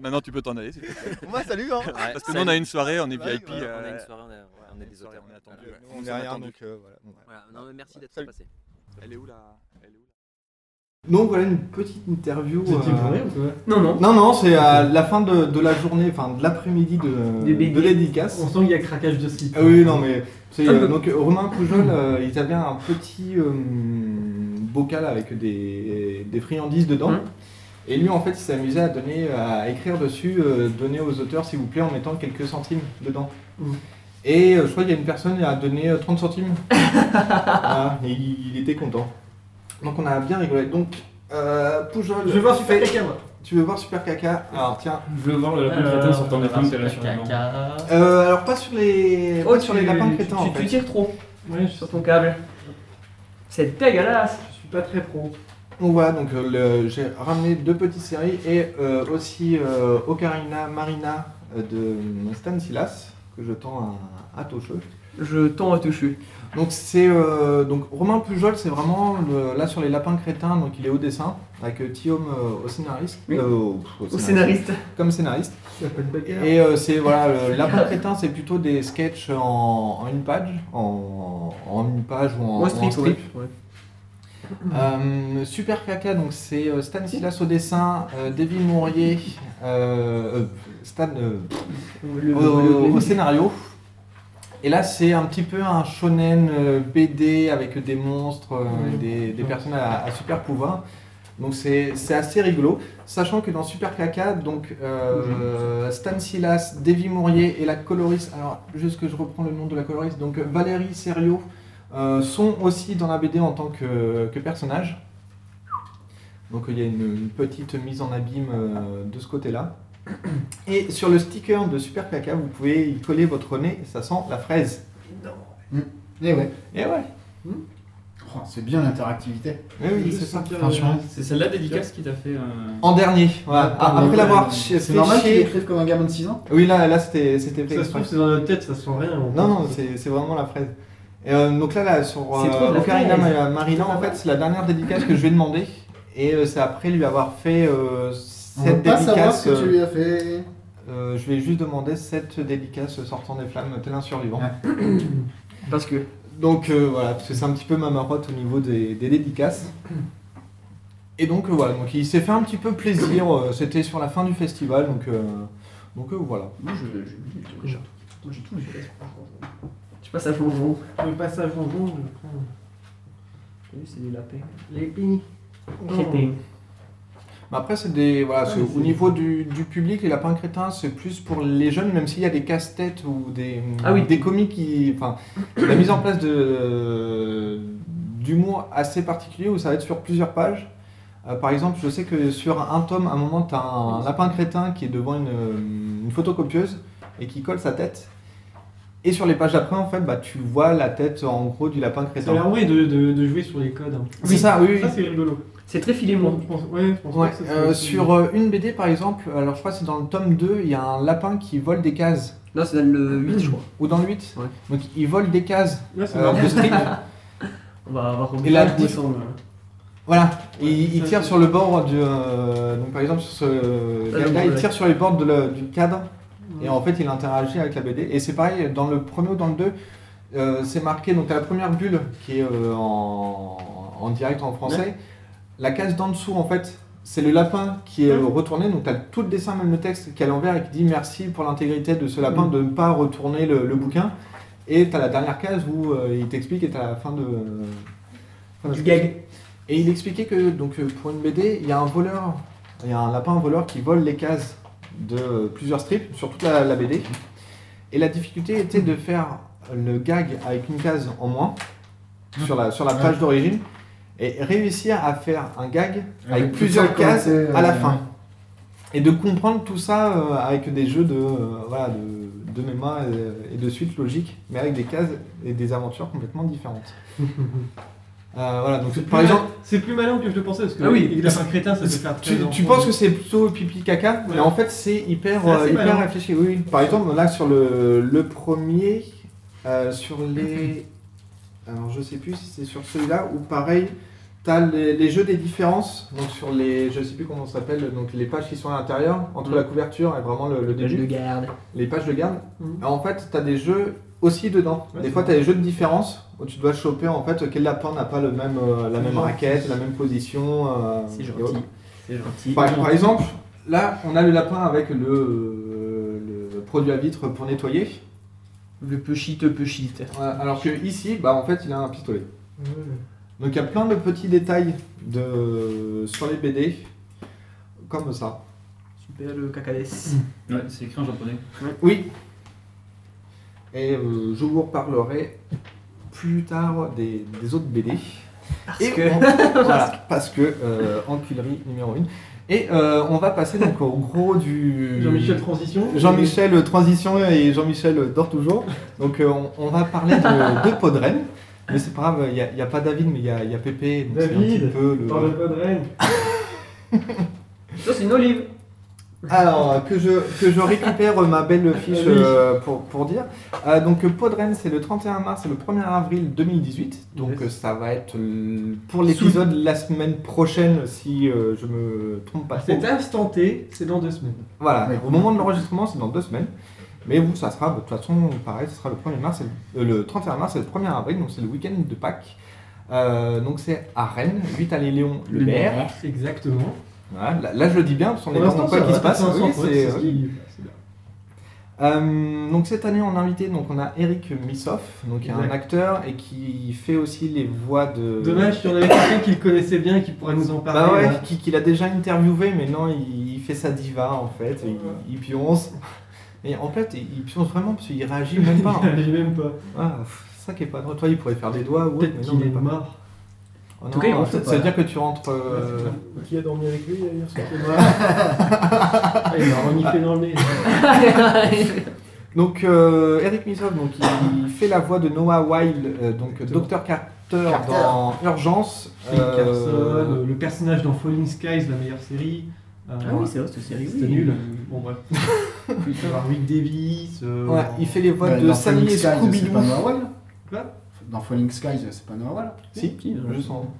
N: Maintenant, tu peux t'en aller. s'il te plaît.
M: Moi, salut, hein. Ouais,
N: Parce que
M: salut.
N: nous, on a une soirée, on est
M: Ouais,
N: VIP.
M: voilà.
N: euh,
L: On a une soirée, on a- on a des auteurs.
N: on est attendu.
L: Voilà.
N: ouais.
M: Nous, on est rien, donc euh, voilà. Bon.
L: Voilà, non, mais merci d'être passé.
N: Elle est où la Elle est où
J: Donc voilà une petite interview. euh,
E: C'est une journée ou quoi Non, non.
J: Non, non, c'est à la fin de, de la journée, enfin de l'après-midi de,
E: Des beignets.
J: de dédicace.
E: On sent qu'il y a craquage de slip.
J: Ah oui, non, mais. c'est,
E: Un
J: euh,
E: peu.
J: donc euh, Romain Poujol, euh, il avait un petit euh, bocal avec des, des friandises dedans.
E: Mhm.
J: Et lui, en fait, il s'amusait à, donner, à écrire dessus, euh, donner aux auteurs, s'il vous plaît, en mettant quelques centimes dedans.
E: Mhm.
J: Et euh, je crois qu'il y a une personne qui a donné euh, 30 centimes. Voilà, et il, il était content. Donc on a bien rigolé. Donc, euh, Poujol.
E: Je vais voir Super
J: fais-
E: Caca, moi.
J: Tu veux voir Super Caca Alors tiens.
I: Je veux voir le lapin
E: Alors,
I: crétin sur ton
E: on va
I: écran,
E: voir
I: t'es là
E: Super
I: sur le banc.
E: Caca.
J: Euh, alors pas sur les,
E: Ah. Oh,
J: pas sur les
E: tu-
J: lapins
E: tu-
J: crétins
E: tu-
J: en
E: tu
J: fait.
E: tires trop. Ouais, sur ton câble. C'est dégueulasse. Je suis pas très pro.
J: Donc voilà, donc euh, le- j'ai ramené deux petites séries et euh, aussi euh, Ocarina Marina euh, de Stan Silas que je tends à, à Tocheux.
E: Je tends à toucher.
J: Donc c'est euh, donc Romain Pujol, c'est vraiment le- là sur les lapins crétins, donc il est au dessin avec euh, Guillaume euh, au scénariste,
E: Oui.
J: euh, au, pff,
E: Au scénariste.
J: comme scénariste.
E: Il y a pas de bagarre.
J: Et euh, c'est voilà, le lapin crétin, c'est plutôt des sketchs en, en une page, en, en une page ou en,
E: Moi,
J: ou en
E: strip,
J: strip.
E: ouais.
J: Euh, Super Caca, donc c'est euh, Stan Silas au dessin, euh, David Mourier, euh, euh, Stan euh,
E: Le-
J: au,
E: le-
J: au scénario. Et là, c'est un petit peu un shonen euh, BD avec des monstres, euh,
E: Ouais.
J: des, des personnes à, à super pouvoir. Donc c'est c'est assez rigolo, sachant que dans Super Caca, donc euh, Stan Silas, Davy Mourier et la coloriste, alors juste que je reprends le nom de la coloriste, donc euh, Valérie Serio euh, sont aussi dans la BD en tant que, que personnage. Donc il y a une, une petite mise en abîme euh, de ce côté-là. Et sur le sticker de Super Caca, vous pouvez y coller votre nez, ça sent la fraise.
G: Eh ouais.
J: Et ouais,
G: Oh, c'est bien l'interactivité.
J: oui, oui, c'est ça.
G: Franchement.
I: C'est celle-là dédicace qui t'a fait. euh,
J: En dernier, voilà. Ah, après l'avoir ch-
G: C'est
J: fait
G: normal qu'il
J: chier.
G: écrive comme un gamin de 6 ans
J: Oui, là, là c'était c'était fait
E: Ça se
J: exprès.
E: trouve, c'est dans notre tête, ça sent rien. on-
J: Non, non, c'est c'est vraiment la fraise. Et, euh, donc là, là sur
E: C'est trop de
J: euh,
E: la
J: Ocarina
E: fraise.
J: Ma- Marina, en fait, c'est la dernière dédicace que je lui ai demandé. Et euh, c'est après lui avoir fait euh,
G: On veut
J: cette
G: pas savoir
J: dédicace.
G: ce que tu
J: euh,
G: lui as fait.
J: euh, je vais juste demander cette dédicace sortant des flammes, tel un survivant.
E: Parce que.
J: Donc euh, voilà, parce que c'est un petit peu ma marotte au niveau des, des dédicaces. Et donc euh, voilà, donc il s'est fait un petit peu plaisir. euh, C'était sur la fin du festival, donc euh, donc euh, voilà.
G: Moi, je- j'ai oublié le truc.
E: Déjà.
G: Moi, j'ai tout oublié.
E: Tu passes à Jonjon. Le passage à Jonjon, je prends. T'as vu, c'est des lapins. Lépine. Lépine.
J: Mais après, c'est des. Voilà, c'est-
E: Ouais,
J: au
E: Ah, c'est-
J: niveau du, du public, les lapins crétins, c'est plus pour les jeunes, même s'il y a des casse-têtes ou des,
E: Ah oui.
J: des comiques qui. Enfin, la mise en place de d'humour assez particulier où ça va être sur plusieurs pages. Euh, par exemple, je sais que sur un tome, à un moment, tu as un lapin crétin qui est devant une, euh, une photocopieuse et qui colle sa tête. Et sur les pages d'après, en fait, bah, tu vois la tête en gros du lapin
E: Ça a l'air
J: crétin.
E: oui de, de, de jouer sur les codes. hein.
J: C'est ça, oui, oui.
E: Ça, c'est rigolo. C'est très filé, moi. Je pense, ouais, je pense
J: Ouais,
E: pas que ça
J: euh,
E: soit-
J: sur euh, une BD par exemple, alors je crois que c'est dans le tome 2, il y a un lapin qui vole des cases.
B: Non, c'est dans le 8, je crois.
J: Ou dans le 8
B: Ouais.
J: Donc il vole des cases
E: Ouais, c'est
J: euh,
E: marrant.
J: de strip.
E: On va avoir comme
J: Et la
E: ça, je me
J: diff-
E: sens, euh,
J: voilà, Et il, il
E: ça,
J: tire
E: c'est-
J: sur le bord du. euh, donc par exemple, sur ce.
E: Ah, donc,
J: là, il
E: ouais.
J: tire sur les bords de le- du cadre et en fait il interagit avec la BD. Et c'est pareil, dans le premier ou dans le 2, euh, c'est marqué. Donc t'as la première bulle qui est euh, en, en direct en français. La case d'en dessous, en fait, c'est le lapin qui est euh, retourné. Donc t'as tout le dessin, même le texte qui est à l'envers et qui dit merci pour l'intégrité de ce
E: Mm.
J: lapin de ne pas retourner le, le bouquin. Et t'as la dernière case où euh, il t'explique et t'as la fin de. euh, fin de-
E: Du gag.
J: Et il expliquait que donc euh, pour une BD, il y a un voleur, il y a un lapin voleur qui vole les cases de euh, plusieurs strips sur toute la, la BD. Et la difficulté était de faire le gag avec une case en moins sur la, sur la page d'origine et réussir à faire un gag avec,
G: Avec
J: plusieurs
G: tout ça
J: cases
G: connecté,
J: à la
G: euh,
J: fin. Et de comprendre tout ça euh, avec des jeux de, euh, voilà, de, de mémoire et, et de suite logique, mais avec des cases et des aventures complètement différentes. Euh, voilà, donc
E: C'est
J: par
E: plus
J: exemple.
E: mal- c'est plus malin que je le pensais, parce que
J: Ah oui,
E: il a un crétin, ça peut faire
J: Tu,
E: très
J: tu
E: enfant.
J: penses que c'est plutôt pipi caca, mais
E: Ouais.
J: en fait c'est hyper,
E: C'est
J: euh,
E: assez
J: hyper
E: malin.
J: réfléchi. Oui, oui. Par exemple, là sur le, le premier, euh, sur les. Alors je sais plus si c'est sur celui-là ou pareil, t'as les, les jeux des différences, donc sur les. Je sais plus comment ça s'appelle, donc les pages qui sont à l'intérieur, entre
E: Mhm.
J: la couverture et vraiment le, le
E: pages
J: début.
E: de garde.
J: Les pages de garde.
E: Mhm.
J: Alors, en fait, t'as des jeux aussi dedans.
E: Ouais,
J: des
E: c'est
J: fois,
E: vrai.
J: t'as des jeux de différence où tu dois choper en fait quel lapin n'a pas le même, euh, la
E: C'est
J: même
E: gentil.
J: raquette, la même position. euh,
E: C'est
J: et
E: gentil.
J: autres.
E: C'est gentil.
J: Par, par exemple, là, on a le lapin avec le, euh, le produit à vitre pour nettoyer. Euh,
E: Le petit petit.
J: alors que ici, bah, en fait, il a un pistolet. Donc il y a plein de petits détails de, sur les BD, comme ça.
E: Super le cacades.
I: Ouais, c'est écrit en japonais.
J: Oui. Et euh, je vous reparlerai plus tard des, des autres BD. Parce
E: que-
J: voilà, parce que euh, enculerie numéro 1. Et euh, on va passer donc au gros du.
E: Jean-Michel Transition.
J: Jean-Michel Transition et Jean-Michel dort toujours. Donc euh, on, on va parler de, de Podren. Mais c'est pas grave, il n'y a, pas David, mais il y a, il y a Pépé. donc c'est un petit
E: David,
J: peu le-
E: parle pas de reine.
J: Oh.
E: Ça, c'est une olive.
J: Alors, que je, que je récupère euh, ma belle fiche
E: Ah oui.
J: euh, pour, pour dire. Euh, donc, euh, Podren, c'est le 31 mars et le 1er avril 2018. Donc, euh, ça va être euh, pour l'épisode la semaine prochaine, si euh, je me trompe pas.
E: C'est
J: trop.
E: instant T, c'est dans deux semaines.
J: Voilà, au moment de l'enregistrement, c'est dans deux semaines. Mais vous, ça sera, de toute façon, pareil, ce sera le 1er mars, et le, euh, le 31 mars et le 1er avril, donc c'est le week-end de Pâques. Euh, donc, c'est à Rennes, 8 allées Léon, le Maire.
E: Exactement.
J: Voilà, là, là, je le dis bien, parce qu'on
E: Pour
J: est pas
E: l'instant,
J: dans quoi
E: ça
J: qui
E: va,
J: se passe.
E: personne
J: Oui,
E: s'en fout,
J: c'est-
E: c'est ce qui-
J: Euh, donc cette année, on a invité donc on a Eric Missoff, donc qui est un
E: Exact.
J: acteur et qui fait aussi les voix de.
E: Dommage si on avait quelqu'un qui le connaissait bien et qui pourrait nous en parler.
J: Bah ouais,
E: là.
J: qui, qui l'a déjà interviewé, mais non, il, il fait sa diva en fait, et il, il pionce. Et en fait, il, il pionce vraiment parce qu'il réagit même pas.
E: Il
J: hein.
E: réagit même pas.
J: Ah, pff, ça qui est pas drôle. Toi, il pourrait faire des doigts ou autre,
E: Peut-être
J: mais non,
E: qu'il
J: même
E: est
J: pas.
E: mort.
J: Oh
E: En
J: non,
E: tout cas, il rentre
J: ça,
E: pas,
J: ça veut
E: là.
J: dire que tu rentres. euh,
E: Qui a dormi avec lui hier soir Ah, Il m'a reniflé dans le nez. Ah
J: Donc euh, Eric Misov, donc il, il fait la voix de Noah Weil, euh, donc Dr Carter,
E: Carter.
J: dans Urgence.
E: Phil
J: euh,
E: Carson, euh, le personnage dans Falling Skies, la meilleure série. Euh,
J: Ah oui, c'est vrai, cette série,
E: C'était
J: oui.
E: nul. Bon, bref. Putain, Warwick Davis. euh,
J: Ouais, il fait les voix de Sammy et Scooby-Doo.
G: C'est pas Noël
E: Quoi
G: Dans Falling Skies, c'est pas Noël
J: Si, juste en-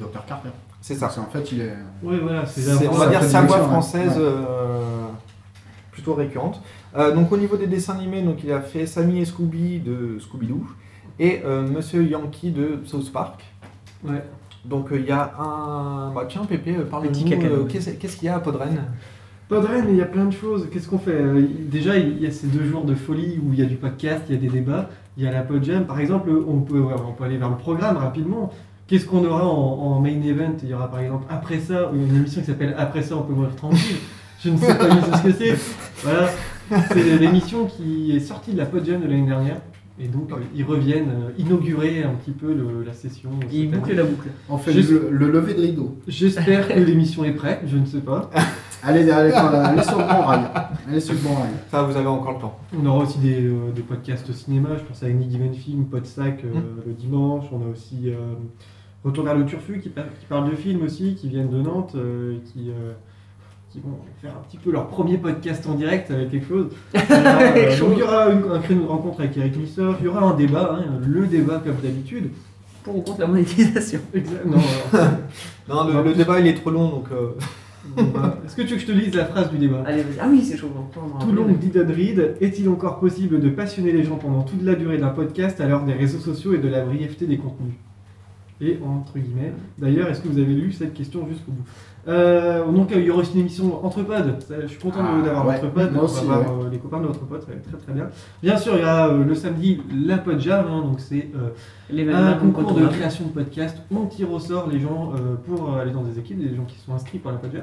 G: Dr. Carter.
J: C'est ça.
G: En fait, il est.
E: Ouais, voilà, c'est la
J: C'est- on
E: voix
J: va dire
E: de
J: sa voix
E: Wilson,
J: française
E: ouais.
J: euh, plutôt récurrente. Euh, donc au niveau des dessins animés, donc il a fait Sammy et Scooby de Scooby-Doo et euh, Monsieur Yankee de South Park.
E: Ouais.
J: Donc euh, il y a un... Bah, tiens Pépé, euh,
E: Petit
J: parle-nous,
E: caca.
J: euh, qu'est-ce qu'est-ce qu'il y a à Podren
E: Podren, il y a plein de choses. Qu'est-ce qu'on fait Euh, il- Déjà, il y a ces deux jours de folie où il y a du podcast, il y a des débats, il y a la Podjam. Par exemple, on peut, ouais, on peut aller vers le programme rapidement. Qu'est-ce qu'on aura en, en main event Il y aura par exemple Après ça, ou une émission qui s'appelle Après ça, on peut mourir tranquille. Je ne sais pas du tout ce que c'est. Voilà. C'est l'émission qui est sortie de la Podjam de l'année dernière. Et donc, euh, ils reviennent euh, inaugurer un petit peu le- la session.
G: Ils
E: cette
G: bouclent
E: année.
G: la boucle. On fait
E: J'es-
G: le- le lever de rideau.
E: J'espère que l'émission est prête, je ne sais pas.
G: Allez, allez, allez sur le bon rail. Allez sur le bon rail.
J: Ça, vous avez encore le temps.
E: On aura aussi des, euh, des podcasts cinéma, je pense à Any Given Film, Podsac euh,
B: Mm.
E: le dimanche, on a aussi euh, Retour vers le Turfu qui, par- qui parle de films aussi, qui viennent de Nantes, euh, qui, euh, qui vont faire un petit peu leur premier podcast en direct avec quelque chose. Euh,
B: Quelque
E: donc il
B: chose.
E: y aura une- un créneau de rencontre avec Eric Missoff, il y aura un débat, hein, le débat comme d'habitude. Pour ou contre la monétisation. Exactement.
J: Non, le, le débat il est trop long donc. euh,
E: Est-ce que tu veux que je te lise la phrase du débat
B: Ah oui, c'est chaud.
E: Toulon Didon Reed, est-il encore possible de passionner les gens pendant toute la durée d'un podcast à l'heure des réseaux sociaux et de la brièveté des contenus Et entre guillemets, d'ailleurs, est-ce que vous avez lu cette question jusqu'au bout Euh, Donc euh, il y aura aussi une émission Entrepod, Ça, je suis content de-
G: Ah,
E: d'avoir
G: ouais.
E: l'Entrepod,
G: Moi
E: on va
G: aussi,
E: voir,
G: ouais.
E: euh, les copains de l'Entrepod, ça va être très très bien. Bien sûr, il y a euh, le samedi la Podjam, hein, donc c'est euh,
B: L'événement
E: un concours de
B: incontournable.
E: création de podcast, on tire au sort les gens euh, pour euh, aller dans des équipes, des gens qui sont inscrits par la Podjam,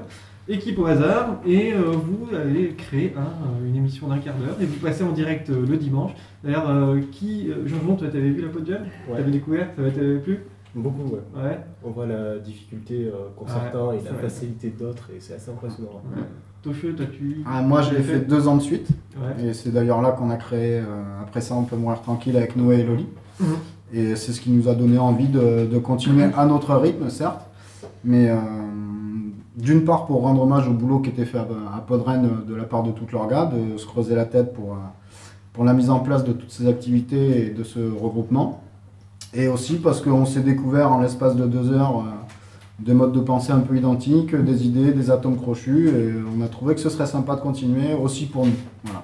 E: équipe au hasard, et euh, vous allez créer un, euh, une émission d'un quart d'heure, et vous passez en direct euh, le dimanche. D'ailleurs, euh, qui, euh, Jean-Jean, toi t'avais vu la Podjam
O: Ouais.
E: T'avais découvert Ça t'avait plu
O: Beaucoup, ouais.
E: Ouais.
O: On voit la difficulté euh, qu'ont certains
E: Ouais,
O: et
E: c'est
O: la
E: vrai.
O: facilité d'autres, et c'est assez impressionnant.
E: Ouais. Toshio, toi tu.
G: Ah, moi, je
E: tu
G: l'ai
E: l'as
G: fait deux ans de
J: Ah,
G: suite.
E: Ouais.
G: Et c'est d'ailleurs là qu'on a créé, euh, après ça, on peut mourir tranquille avec Noé et Loli.
E: Mhm.
G: Et c'est ce qui nous a donné envie de, de continuer à notre rythme, certes. Mais euh, d'une part, pour rendre hommage au boulot qui était fait à, à Podren euh, de la part de toute l'orga, de se creuser la tête pour, euh, pour la mise en place de toutes ces activités et de ce regroupement. Et aussi parce qu'on s'est découvert en l'espace de deux heures euh, des modes de pensée un peu identiques, des idées, des atomes crochus, et on a trouvé que ce serait sympa de continuer aussi pour nous. Voilà.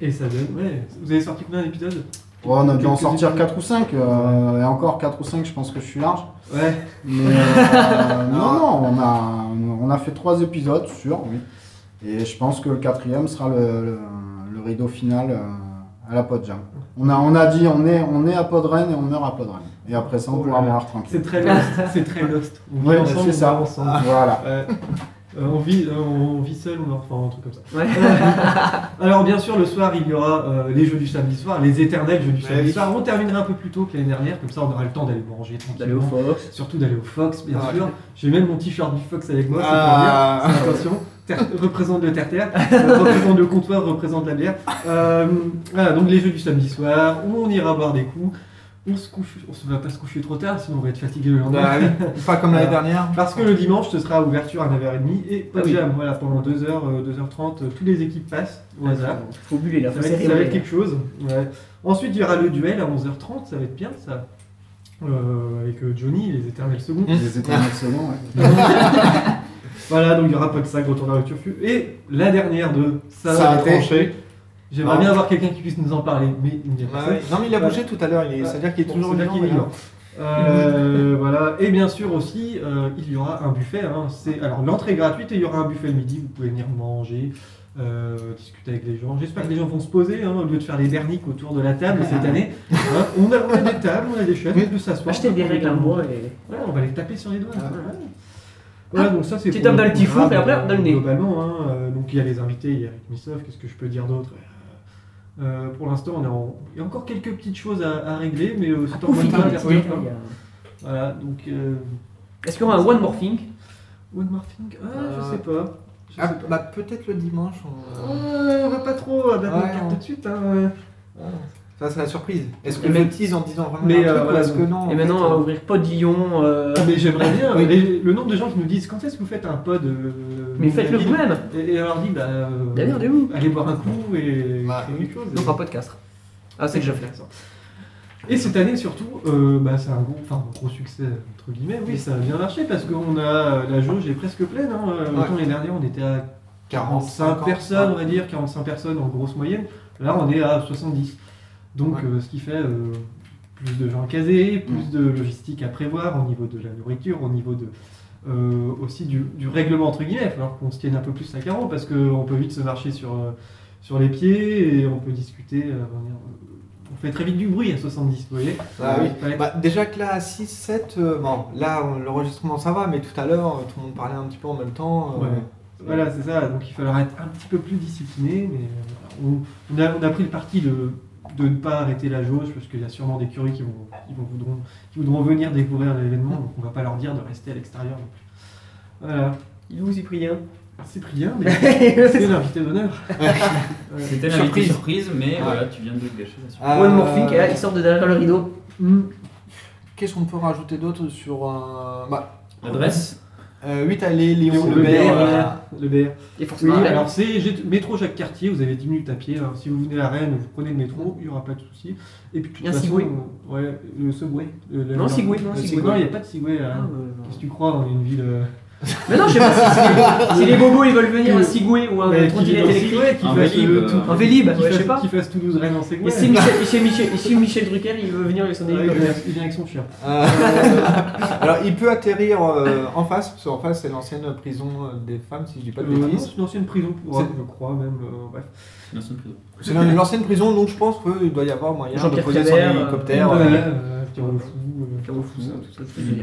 E: Et ça donne. Ouais. Vous avez sorti combien d'épisodes
G: Ouais, on a dû en
E: Quelques
G: sortir
E: épisodes
G: 4 ou 5, et encore 4 ou 5, je pense que je suis large.
E: Ouais.
G: Mais euh, non, non, on a, on a fait 3 épisodes, sûr, oui. Et je pense que le quatrième sera le, le- le rideau final euh, à la Podjam. On a, on a dit, on est, on est à Podren et on meurt à Podren. Et après ça, on pourra mourir tranquille.
E: C'est très lost, Oh c'est très lost. On vit
G: Ouais,
E: ensemble, on
G: c'est ça. Ah.
E: meurt ensemble.
G: Voilà.
E: Ouais. Euh, on, vit, euh, on vit seul, on meurt, enfin un truc comme ça. Euh,
B: Ouais.
E: Alors bien sûr, le soir, il y aura euh, les jeux du samedi soir, les éternels jeux du samedi soir. On terminera un peu plus tôt que l'année dernière, comme ça on aura le temps d'aller manger
B: D'aller au
E: tranquillement.
B: Fox.
E: Surtout d'aller au Fox, bien
B: Ah,
E: sûr.
B: ouais.
E: J'ai même mon t-shirt du Fox avec moi, c'est
B: Ah.
E: pour dire. C'est Attention, Ter- représente le terre-terre, euh, représente le comptoir, représente la bière. Euh, voilà, donc les jeux du samedi soir, où on ira boire des coups. On se couche, on se va pas se coucher trop tard, sinon on va être fatigué le lendemain.
J: Bah oui, pas comme l'année
E: Voilà.
J: dernière.
E: Parce que le dimanche, ce sera ouverture à 9h30 et pas
B: Ah
E: de
B: oui.
E: jam. Voilà, pendant 2h, 2h30, euh, toutes les équipes passent au
B: Ah,
E: hasard.
B: faut buller, là,
E: ça
B: faut
E: va être,
B: serrer
E: ça va
B: l'oreille,
E: être
B: là.
E: quelque chose. Ouais. Ensuite, il y aura le duel à 11h30, ça va être bien ça. Euh, avec euh, Johnny, les éternels seconds.
G: Les
E: Ah.
G: éternels seconds, ouais.
E: voilà, donc il y aura pas que ça, gros tournoi avec Turfu. Et la dernière de ça
J: Ça
E: va
J: a été.
E: trancher. J'aimerais
J: Non.
E: bien avoir quelqu'un qui puisse nous en parler, mais il n'y a
J: Bah
E: personne.
J: oui. Non, mais il a
E: Voilà.
J: bougé tout à l'heure, il est-
E: Ouais.
J: c'est-à-dire qu'il est
E: Bon,
J: toujours
E: c'est-à-dire
J: vivant,
E: qu'il est
J: voilà.
E: vivant. Euh, voilà. Et bien sûr aussi, euh, il y aura un buffet. hein. C'est alors l'entrée est gratuite et il y aura un buffet le midi. Vous pouvez venir manger, euh, discuter avec les gens. J'espère que les gens vont se poser hein, au lieu de faire les derniques autour de la table cette année. Hein, on, a, on a des tables, on a des chaises, on peut s'asseoir.
B: Achetez des règles à moi et-
E: Ouais, on va les taper sur les doigts. ouais. Voilà, donc ça c'est
B: Petit
E: pour
B: homme dans le petit four,
E: programme, euh,
B: et après, on donne le nez.
E: Globalement, hein, euh, donc il y a les invités, il y a Missov, qu'est-ce que je peux dire d'autre Euh, Pour l'instant, on est en- il y a encore quelques petites choses à, à régler, mais euh, c'est en bonne
B: profiter,
E: train de faire
B: oui.
E: ça. Voilà, donc. euh,
B: Est-ce qu'il y aura un one morphing
E: One morphing Ah,
J: Euh,
E: je sais pas. Je
J: Ah,
E: sais pas.
J: bah, peut-être le dimanche. On...
E: Euh, on va pas trop abattre
J: Ouais,
E: nos cartes
J: on-
E: tout de suite. hein, ouais.
J: Ça, c'est la surprise. Est-ce que
E: Et
J: je
E: même-
J: le tease en disant vraiment
E: Mais,
J: un
E: euh,
J: truc
E: voilà,
J: ou est-ce que
E: donc-
J: non en
B: Et maintenant,
J: fait,
B: on va
J: euh,
B: ouvrir Podillon. euh,
E: Ah, mais j'aimerais bien.
J: Oui.
E: les- le nombre de gens qui nous disent quand est-ce que vous faites un pod euh,
B: Mais faites-le
E: mobile
B: vous-même.
E: Et, et on leur dit bah. euh,
B: La merde, elle est où
E: Allez boire un coup et
J: Bah,
E: créer quelque chose.
B: Donc un podcast. Ah, c'est déjà fait.
E: ça. Et cette année surtout, euh, bah, c'est un gros, enfin, un gros succès entre guillemets. Oui, ça a bien marché parce qu'on a euh, la jauge est presque pleine. Hein. Euh,
J: Ouais.
E: autant l'année dernière, on était à 45
J: 45,
E: personnes,
J: ouais.
E: on va dire 45 personnes en grosse moyenne. Là, on est à 70. Donc,
J: Ouais. Mm.
E: euh, ce qui fait euh, plus de gens casés, plus de logistique à prévoir au niveau de la nourriture, au niveau de euh, aussi du, du règlement entre guillemets. Il va falloir qu'on se tienne un peu plus à carreau parce qu'on peut vite se marcher sur euh, sur les pieds et on peut discuter. euh, on va dire, euh, on fait très vite du bruit à 70, vous voyez.
J: Ah oui.
E: Il fallait-
J: Bah, déjà que là, à 6, 7, euh, bon, là, on- l'enregistrement ça va, mais tout à l'heure, euh, tout le monde parlait un petit peu en même temps. euh,
E: Ouais. Voilà, c'est ça. Donc il falloira être un petit peu plus discipliné. Mais euh, voilà. on, on a, on a pris le parti de, de ne pas arrêter la jauge parce qu'il y a sûrement des curieux qui, vont, qui, vont, voudront, qui voudront venir découvrir l'événement. Donc on va pas leur dire de rester à l'extérieur. non plus. Voilà.
B: Il est où Cyprien
E: Cyprien, mais c'est l'invité d'honneur. Voilà.
I: C'était la
J: Surprise.
I: surprise. surprise, mais voilà, tu viens de gâcher la surprise.
J: Ah.
B: One morphing,
E: eh.
B: et là, il sort de derrière le rideau.
E: Mm.
J: Qu'est-ce qu'on peut rajouter d'autre sur un. Bah,
I: L'adresse
J: euh, 8 allées, Léon,
E: Léon
J: Lebert.
E: Lebert,
J: voilà.
E: Le BR.
B: Et forcément,
E: Oui,
B: Rennes.
E: alors c'est j'ai- métro chaque quartier, vous avez 10 minutes à pied. Alors, si vous venez à Rennes, vous prenez le métro, il n'y aura pas de souci. Et puis, de toute
B: Il y a un
E: façon,
B: Segway.
E: euh, ouais, le subway. le- le-
B: Non,
E: le-
B: Segway, non,
E: le
B: Segway.
E: Non, il n'y a pas de Segway à
B: Ah,
E: Rennes.
B: ouais, non.
E: Qu'est-ce que tu crois On est une ville. euh,
B: Mais non, je sais pas si, si- si les bobos ils veulent venir à Sigoué ou à
E: mais
B: une
E: qui Ah, vit
B: trottinette
E: dans le
B: électrique.
E: Segway, qui
I: Un
E: fasse
I: Vélib,
E: le
I: euh,
E: tout-
B: un Vélib,
E: qui
B: ouais, je
E: fasse-
B: sais pas.
E: Qui fasse Toulouse-Rennes en Segway.
B: Et si Michel, et si Michel, et si Michel Drucker il veut venir avec son
E: Ouais, il, vient,
B: hélicoptère
E: il vient avec son chien.
J: Euh, Alors, il peut atterrir euh, en face, parce qu'en face, c'est l'ancienne prison euh, des femmes, si je dis pas de
E: Euh, non,
J: bêtises.
E: c'est une ancienne prison pour
J: C'est-
E: je crois même. euh, bref.
I: Non, c'est une prison.
J: C'est l'un- l'ancienne prison, donc je pense qu'il doit y avoir moyen de
B: Jean-Pierre
J: poser son
B: Cabert, euh,
J: hélicoptère.
E: Ouais,
J: euh,
E: euh, Pierrot le Fou, euh,
B: Pierrot le Fou, ça, tout ça, tout ça.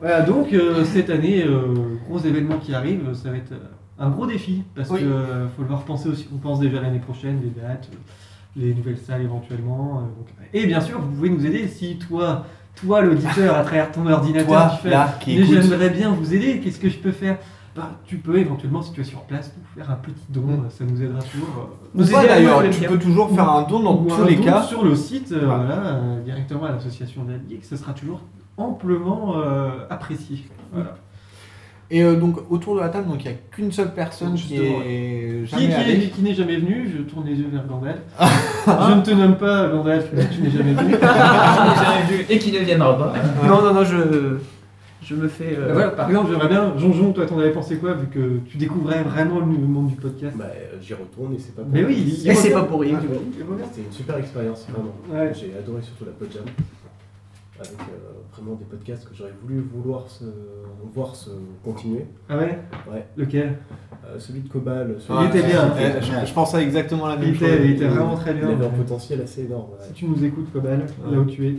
E: Voilà, donc euh, cette année, euh, gros événement qui arrive, ça va être euh, un gros défi, parce
J: Oui.
E: que euh, faut le voir penser aussi, on pense déjà l'année prochaine, les dates, euh, les nouvelles salles éventuellement. euh, donc- et bien sûr, vous pouvez nous aider si toi, toi l'auditeur, à travers ton ordinateur,
J: Toi,
E: tu fais,
J: là, qui
E: mais
J: écoute.
E: j'aimerais bien vous aider, qu'est-ce que je peux faire Bah, tu peux éventuellement, si tu es sur place, nous faire un petit don,
J: Mm.
E: ça nous aidera toujours.
J: Ou pas, d'ailleurs, tu peux toujours faire un don dans
E: Ou
J: tous
E: un
J: les
E: don
J: cas.
E: Sur le site, euh, voilà, euh, directement à l'association des Geeks, ce sera toujours amplement euh, apprécié. Voilà.
J: Et euh, donc autour de la table, donc il n'y a qu'une seule personne qui
E: Justement.
J: est
E: Qui,
J: jamais
E: qui,
J: allée.
E: qui n'est jamais venu, je tourne les yeux vers Gandalf. je ne te nomme pas Gandalf, mais tu n'es jamais venu.
B: et qui ne viendra pas. Non, non, non, je, je me fais. euh,
E: Bah voilà, par exemple, j'aimerais bien, Jonjon, toi, t'en avais pensé quoi vu que tu découvrais vraiment le monde du podcast
O: Bah, euh, j'y retourne et c'est pas pour
E: Mais
O: rien.
E: oui, il- il revient. Ah,
O: ouais.
E: il revient.
O: C'était une super expérience, vraiment.
E: Ouais.
O: J'ai adoré surtout la Podjam. Avec euh, vraiment des podcasts que j'aurais voulu vouloir se- voir se continuer.
E: Ah ouais
O: Ouais.
E: Lequel
O: Euh, Celui de Cobal. celui-
E: Il était Ah, bien.
O: Euh,
E: Il était- Il était vraiment très bien.
O: Il avait un potentiel assez énorme. ouais.
E: Si tu nous écoutes, Cobal, là où tu es.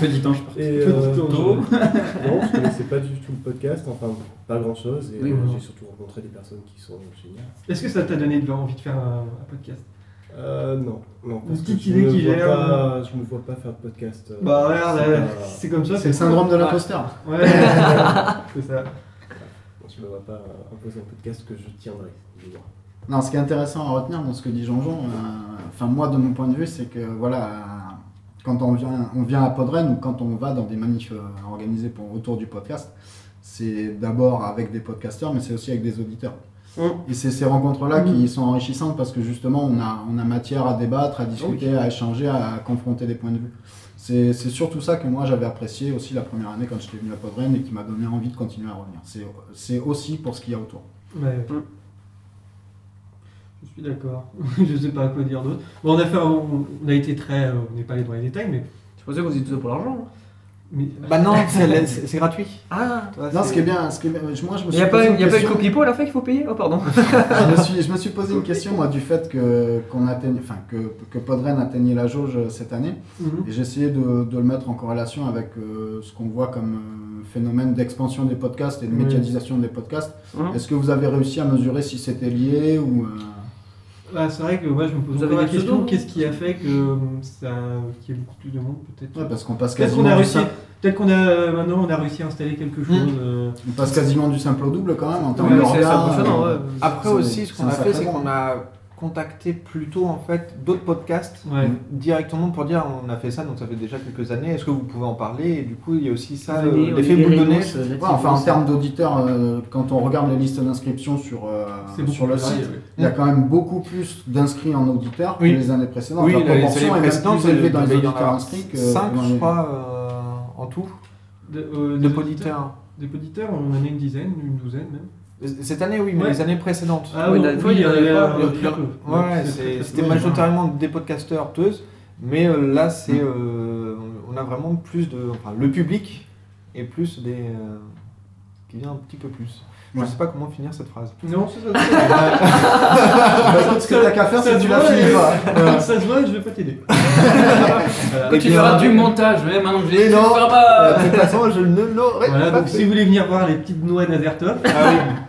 O: Petit ange. Et euh,
E: Petit ange.
O: non, je connaissais pas du tout le podcast, enfin pas grand chose, et
E: Oui,
O: euh,
E: non.
O: j'ai surtout rencontré des personnes qui sont géniales.
E: Est-ce que ça t'a donné de envie de faire un, un podcast
O: Euh, non, non.
E: Une
O: parce que
E: petite
O: je
E: idée
O: me
E: qui hein.
O: vois
E: gère
O: pas- Je me vois pas faire de podcast. euh,
E: Bah regarde,
O: c'est
E: euh,
O: pas-
E: c'est comme ça.
G: C'est le syndrome de l'imposteur.
E: Ouais, c'est ça.
O: Je me vois pas euh, imposer un podcast que je tiendrai. je vois.
G: Non, ce qui est intéressant à retenir dans ce que dit Jean-Jean, euh, enfin moi de mon point de vue, c'est que voilà, euh, quand on vient, on vient à Podren ou quand on va dans des manifs euh, organisés pour autour du podcast, c'est d'abord avec des podcasteurs, mais c'est aussi avec des auditeurs.
E: Mm.
G: Et c'est ces rencontres-là
E: Mm.
G: qui sont enrichissantes parce que justement on a, on a matière à débattre, à discuter, à échanger, à confronter des points de vue. C'est c'est surtout ça que moi j'avais apprécié aussi la première année quand j'étais venu à Podren et qui m'a donné envie de continuer à revenir. C'est- C'est aussi pour ce qu'il y a autour.
E: Ouais. Je suis d'accord. je sais pas quoi dire d'autre. Bon, on a fait, un- on, a été très, euh, on n'est pas allé dans les détails, mais.
B: C'est pour ça qu'on se dit tout ça pour l'argent.
E: Mais...
J: Bah non, c'est c'est- c'est gratuit.
B: Ah,
G: Non, ce qui est bien, ce qui est bien- moi je me
B: Il n'y a
G: suis
B: pas
G: posé
B: une, y a pas une
G: question.
B: copie pour à la fin qu'il faut payer Oh, pardon.
G: je, me suis, je me suis posé une question moi du fait que qu'on atteigne, enfin que, que Podren atteignait la jauge euh, cette année,
E: Mhm.
G: et j'essayais de, de le mettre en corrélation avec euh, ce qu'on voit comme euh, phénomène d'expansion des podcasts et de
E: Oui.
G: médiatisation des podcasts.
E: Mhm.
G: Est-ce que vous avez réussi à mesurer si c'était lié ou euh,
E: Ah, c'est vrai que moi je me pose
G: Vous
E: encore
G: avez
E: la
G: des
E: question
G: pseudos
E: qu'est-ce qui a fait que euh, ça, qu'il y ait beaucoup plus de monde peut-être
G: Ouais, parce qu'on passe
E: Peut-être
G: quasiment
E: qu'on a
G: du
E: réussi.
G: simple-
E: Peut-être qu'on a euh, maintenant on a réussi à installer quelque chose. euh,
G: on passe quasiment du simple au double quand même en termes
E: Ouais,
G: de
E: c'est- c'est
G: regard,
E: impressionnant,
G: euh,
E: ouais.
J: Après
G: c'est- hein.
J: aussi, ce qu'on a
G: un
J: fait,
G: sacré
J: c'est
G: bon.
J: qu'on a contacté plutôt en fait d'autres podcasts euh,
E: Ouais.
J: directement pour dire on a fait ça, donc ça fait déjà quelques années. Est-ce que vous pouvez en parler Et du coup, il y a aussi ça,
G: Venez,
J: euh,
G: on
J: l'effet
G: est des
J: boule de
G: réunions,
J: neige.
G: c'est- Ouais, enfin, en termes d'auditeurs, euh, quand on regarde les listes d'inscriptions sur, euh,
J: C'est beaucoup
G: sur le
J: plus
G: site,
J: varié, oui.
G: il y a quand même beaucoup plus d'inscrits en auditeurs
J: Oui.
G: que les années précédentes.
J: Oui,
G: La
J: les années
G: proportion est même
J: précédentes,
G: plus élevée
J: euh,
G: dans les
J: il y en
G: auditeurs
J: a
G: inscrits que
J: cinq,
G: dans
J: je
G: les-
J: crois, euh, en tout.
E: De, euh, des
J: De poditeurs.
E: auditeurs- Des poditeurs, on en a une dizaine, une douzaine même.
J: Cette année, oui, mais
E: Ouais.
J: les années précédentes.
E: Ah oui,
J: la-
E: oui, il y en avait pas,
J: il y en-
E: euh, très peu.
J: Ouais,
E: C'est
J: c'est-
E: très, très
J: c'était
E: peu.
J: majoritairement des podcasteurs, heurteuses, mais euh, là, c'est, euh, on a vraiment plus de, enfin, le public et plus des euh, qui vient un petit peu plus. Je
G: Ouais.
J: sais pas comment finir cette phrase.
E: Non, c'est ça.
J: Bah, écoute, ce que t'as qu'à faire, c'est que tu la finis pas.
E: pas. Euh, Ça se voit, je vais pas t'aider.
J: Et
I: tu
J: bien-
I: feras du montage, même un anglais.
J: Et
I: tu
J: non,
I: feras pas. euh.
J: de toute façon, je ne l'aurais
E: Voilà,
J: pas
E: donc
J: fait.
E: si vous voulez venir voir les petites noix d'Azertov,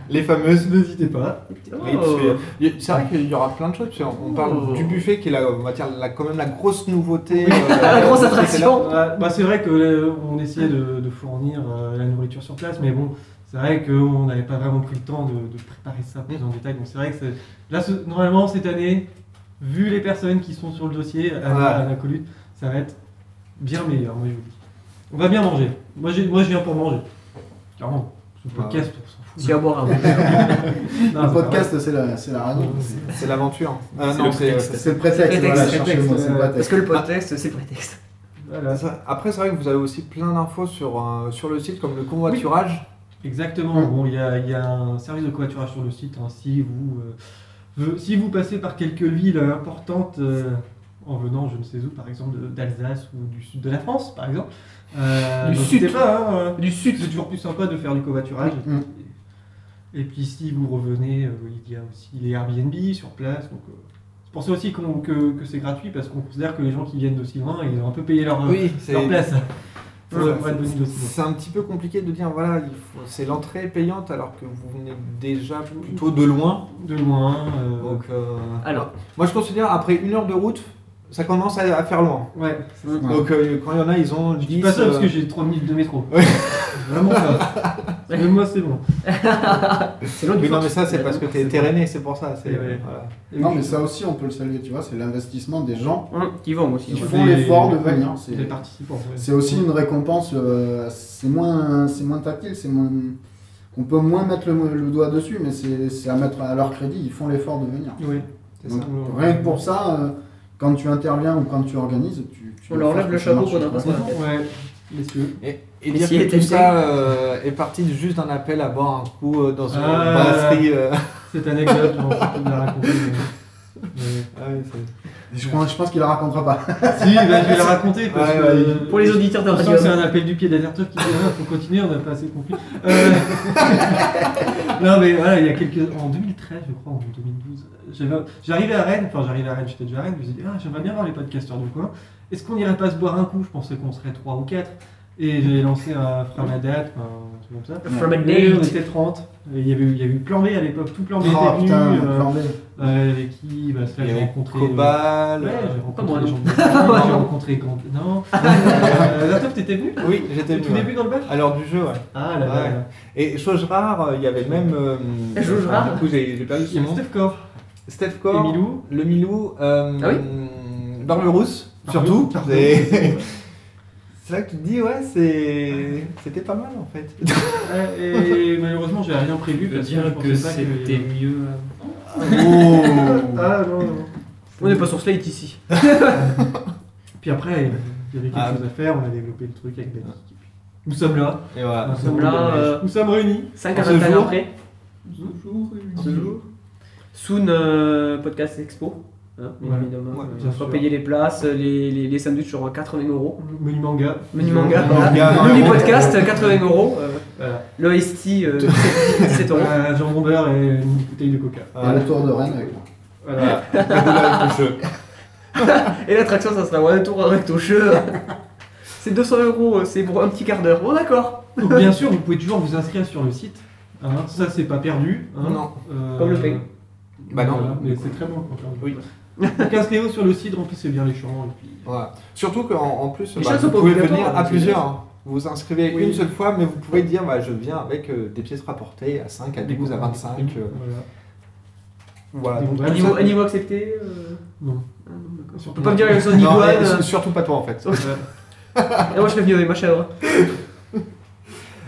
J: les fameuses,
E: n'hésitez pas.
J: Oui,
B: Oh,
J: parce que y- C'est vrai qu'il y aura plein de choses. parce qu'on- On
I: Oh.
J: parle du buffet qui est la, on va dire, la- quand même la grosse nouveauté. euh, qui était là.
E: Ouais, bah, c'est vrai que euh, on essayait de, de fournir euh, la nourriture sur place, mais bon, c'est vrai qu'on n'avait pas vraiment pris le temps de, de préparer ça plus en détail. Donc c'est vrai que c'est- là, ce- normalement cette année, vu les personnes qui sont sur le dossier à, la-
J: Ouais.
E: à la colute, ça va être bien meilleur. Moi je vous le dis. On va bien manger. Moi, j'ai- moi je viens pour manger. Clairement. Ce
J: Ouais.
E: podcast, on s'en fout.
J: S'il y a à boire, un peu.
E: Non,
G: Le
E: c'est
G: podcast,
E: pas vrai.
G: c'est la, c'est la radio.
J: C'est l'aventure. Euh,
G: C'est le prétexte. C'est le prétexte, voilà, cherchez-moi,
B: euh,
G: c'est le prétexte.
J: Parce que le
B: prétexte, c'est le prétexte.
J: Ça- Après, c'est vrai que vous avez aussi plein d'infos sur, euh, sur le site, comme le convoiturage.
E: Exactement. Bon, il y, a- il y a un service de covoiturage sur le site. hein. si vous euh, ve- si vous passez par quelques villes euh, importantes euh, en venant, je ne sais où, par exemple de- d'Alsace ou du sud de la France, par exemple. euh,
B: Du
E: n'hésitez
B: sud.
E: pas, hein, euh, C'est toujours plus sympa de faire du covoiturage.
J: Mm,
E: Et puis si vous revenez, euh, il y a aussi les Airbnb sur place. donc, euh, c'est pour ça aussi qu'on- que, que c'est gratuit parce qu'on considère que les gens qui viennent d'aussi loin, ils ont un peu payé leur, leur
J: Oui, c'est-
E: place.
J: C'est-
E: Pour, pour être venus
J: c'est-
E: d'aussi loin.
J: C'est un petit peu compliqué de dire, voilà, il faut- c'est l'entrée payante alors que vous venez déjà plutôt de loin.
E: De loin.
J: Donc, euh,
B: Alors.
J: moi je considère après une heure de route, ça commence à, à faire loin.
E: Ouais.
J: Donc euh, quand il y en a, ils ont
E: Je
J: 10.
E: dis pas ça parce
J: euh,
E: que j'ai 3 minutes de métro.
J: Ouais.
E: Vraiment ça. Mais moi, c'est bon.
J: C'est l'autre Oui, non, mais ça, c'est parce que t'es terréné, c'est pour ça. c'est- voilà.
G: Non, mais ça aussi, on peut le saluer, tu vois, c'est l'investissement des gens
B: qui vont aussi.
G: Qui
B: ouais.
G: font
B: Des-
G: l'effort de
B: ouais,
G: venir.
B: des
G: C'est-
B: participants, ouais.
G: C'est aussi une récompense, euh, c'est moins, c'est moins tactile, c'est moins. On peut moins mettre le, le doigt dessus, mais c'est c'est à mettre à leur crédit, ils font l'effort de venir.
E: Oui, c'est
G: Donc,
E: ça.
G: Rien que pour ça, euh, quand tu interviens ou quand tu organises, tu. tu
B: On
G: dois
B: leur
G: faire
B: lève
G: que
B: le
G: ça
B: chapeau
G: marche
B: qu'on a
G: sur
B: passé
G: toi.
B: à la tête. Ouais. Messieurs.
J: Et, et
B: Mais
J: dire
B: si,
J: que
B: était
J: tout ça
B: bien.
J: euh, est parti juste d'un appel à boire un coup euh, dans une
E: Ah,
J: brasserie. euh,
E: cette anecdote, on va la raconter, mais-
G: Je pense, je pense qu'il la racontera pas.
E: Si, bah, je vais la raconter parce
G: Ouais,
E: que.
G: ouais.
E: euh,
G: de
E: je sens que C'est un appel du pied d'Azertov qui dit Ah, faut continuer, on n'a pas assez compris. Euh, non, mais voilà, il y a quelques. En 2013, je crois, en 2012, j'avais- j'arrivais à Rennes, enfin, j'arrivais à Rennes, j'étais déjà à Rennes, je me suis dit, ah, j'aimerais bien voir les podcasteurs du coin. Est-ce qu'on irait pas se boire un coup Je pensais qu'on serait 3 ou 4. Et j'ai lancé un From a Date, enfin, un truc comme ça.
B: From a
E: Et
B: Date.
E: On était 30. Et Il y avait eu, il y a eu Plan B à l'époque, tout Plan B
G: Oh,
E: était venu.
G: putain,
E: euh,
G: Plan B.
E: euh, avec qui bah, c'est là que
G: Il y
E: j'ai
G: avait
E: rencontré.
J: Cobal,
E: euh, ouais,
J: euh,
E: j'ai
J: pas
E: rencontré
J: moi,
E: les
J: non.
E: gens de- Non, j'ai rencontré Grand. Non. Euh, Azertov, t'étais venu
J: Oui, j'étais
E: Au
J: venu.
E: tout
J: ouais.
E: début dans le bar
J: À l'heure du jeu, ouais.
E: Ah, là, là,
J: Ouais.
E: là.
J: Et chose rare, euh, il y avait même. euh,
E: Chose
J: enfin,
E: rare.
J: Du coup, j'ai j'ai perdu
E: Il y
J: son
E: avait
J: nom.
E: Steph Corr.
J: Steph Corr.
E: Et Milou.
J: Le Milou. euh,
E: Ah oui
J: Barberousse,
E: Barbe-
J: surtout.
E: Barberousse.
J: C'est c'est là que tu te dis, ouais, c'est- c'était pas mal en fait.
E: Et malheureusement, j'avais rien prévu.
I: Je veux
E: parce
I: dire
E: je
I: que
E: pensais pas
I: c'était mieux
E: euh,
J: Oh.
E: avant. Ah non, non.
B: On n'est pas sur Slate ici.
E: Puis après, il y avait quelque
B: Ah.
E: chose à faire, on a développé le truc avec Betty. Et puis, Ah. Nous sommes là.
J: Et voilà.
E: Nous
J: C'est
E: sommes
J: bon,
E: là.
J: dommage.
E: euh, Nous sommes réunis.
B: Cinq
E: En
B: à
E: ce
B: vingt ans
E: jour.
B: après.
E: Ce jour.
B: Soon euh, Podcast Expo. Hein, bien
E: Ouais.
B: évidemment.
E: Ouais,
B: Euh,
E: bien
B: on fera
E: sûr.
B: payer les places, euh, les, les, les sandwichs sur 80 euros.
E: Menu manga.
B: Menu manga.
E: Menu manga,
B: Voilà.
E: un
B: Menu
E: euro.
B: podcast, 80 euros. Euh,
E: Voilà.
B: Le iced tea, euh, 17 euros.
E: Un jambon beurre Euh, et une bouteille de coca.
G: Et le tour de Rennes avec moi.
E: Voilà.
B: Et l'attraction, ça sera ouais, un tour avec ton jeu. C'est 200 euros, euh, c'est pour un petit quart d'heure. Bon, d'accord.
E: Donc, bien sûr, vous pouvez toujours vous inscrire sur le site. hein, Ça, c'est pas perdu. hein.
B: Non.
E: Euh,
B: Comme le ping.
J: Bah non.
E: voilà, mais c'est très bon. quand même.
J: Oui.
E: Donc, inscrivez-vous sur le site, remplissez bien les champs. Et puis...
J: Voilà. Surtout qu'en en plus,
E: Les
J: bah,
E: choses
J: vous
E: sont pas
J: pouvez
E: obligatoires,
J: venir à
E: hein, c'est
J: plusieurs.
E: juste.
J: hein. Vous vous inscrivez
E: Oui.
J: une seule fois, mais vous pouvez dire bah, je viens avec euh, des pièces rapportées à 5, à
E: Des
J: 12, à
E: coupons,
J: 25.
E: des prix,
J: euh,
E: voilà.
J: voilà.
E: Des
J: Donc,
E: bons
J: tout
E: prix.
J: ça-
B: Niveau, un niveau accepté euh,
E: Ah, Non.
B: ah, d'accord.
E: Surtout
B: On peut pas
E: pas.
B: venir avec son
E: Non,
B: iguane.
J: et
B: euh.
J: surtout pas toi, en fait.
B: Et moi, je vais venir avec ma chèvre.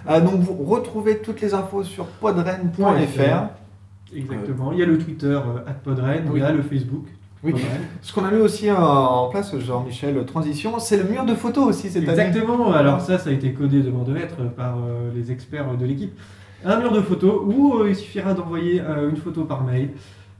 J: Ah, donc vous retrouvez toutes les infos sur podren.fr.
E: Exactement. Il y a le Twitter euh, @podren,
J: oui.
E: il y a le Facebook.
J: Oui.
E: Podren.
J: Ce qu'on a mis aussi euh, en place, Jean-Michel euh, Transition, c'est le mur de photos aussi cette année.
E: Exactement. Alors ça, ça a été codé devant de lettres par euh, les experts de l'équipe. Un mur de photos où euh, il suffira d'envoyer euh, une photo par mail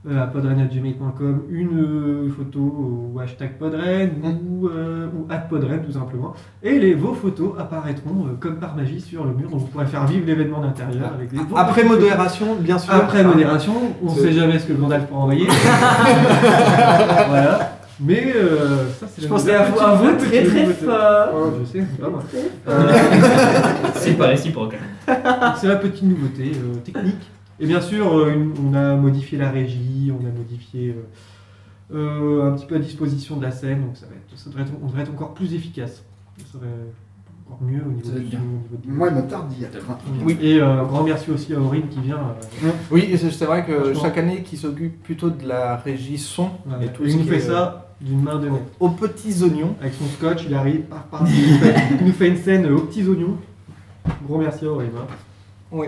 E: euh, à podren@gmail.com, une euh, photo au hashtag podren
J: Hum.
E: ou, euh, ou @podren tout simplement. Et les, vos photos apparaîtront euh, comme par magie sur le mur. Donc vous pourrez faire vivre l'événement d'intérieur avec des vos
J: Ah. Après
E: petites photos.
J: modération, bien sûr.
E: Après modération, on
J: C'est-
E: sait jamais ce que Gandalf pourra envoyer. voilà. Mais euh, ça, c'est
B: Je
E: la
B: pensais
E: nouvelle
B: à vous-
E: petite
B: à vous,
E: note
B: très,
E: que
B: très
E: je vote.
B: fort.
J: Ah.
E: Oh, je sais, c'est pas moi.
I: fort. C'est pas réciproque. hein.
E: C'est la petite nouveauté euh, technique. Et bien sûr, euh, une- on a modifié la régie, on a modifié euh, euh, un petit peu la disposition de la scène, donc ça, va être, ça devrait être, on devrait être encore plus efficace. Ça devrait être encore mieux au niveau,
G: Ça va
E: du
G: être bien.
E: son, au niveau du-
G: Moi, il me tarde d'y être.
E: Oui. Et euh, un grand merci aussi à Aurine qui vient. euh,
J: Oui, et c'est c'est vrai que
E: Franchement.
J: chaque année, qui s'occupe plutôt de la régie son
E: Voilà.
J: et tout
E: Il
J: ce
E: nous
J: qui
E: fait
J: est- euh,
E: ça
G: euh,
E: d'une main de maître.
J: Aux petits oignons.
E: Avec son scotch, il arrive, paf, paf, il, nous fait, il nous fait une scène aux petits oignons. Gros merci hein. à Aurélien.
J: Oui.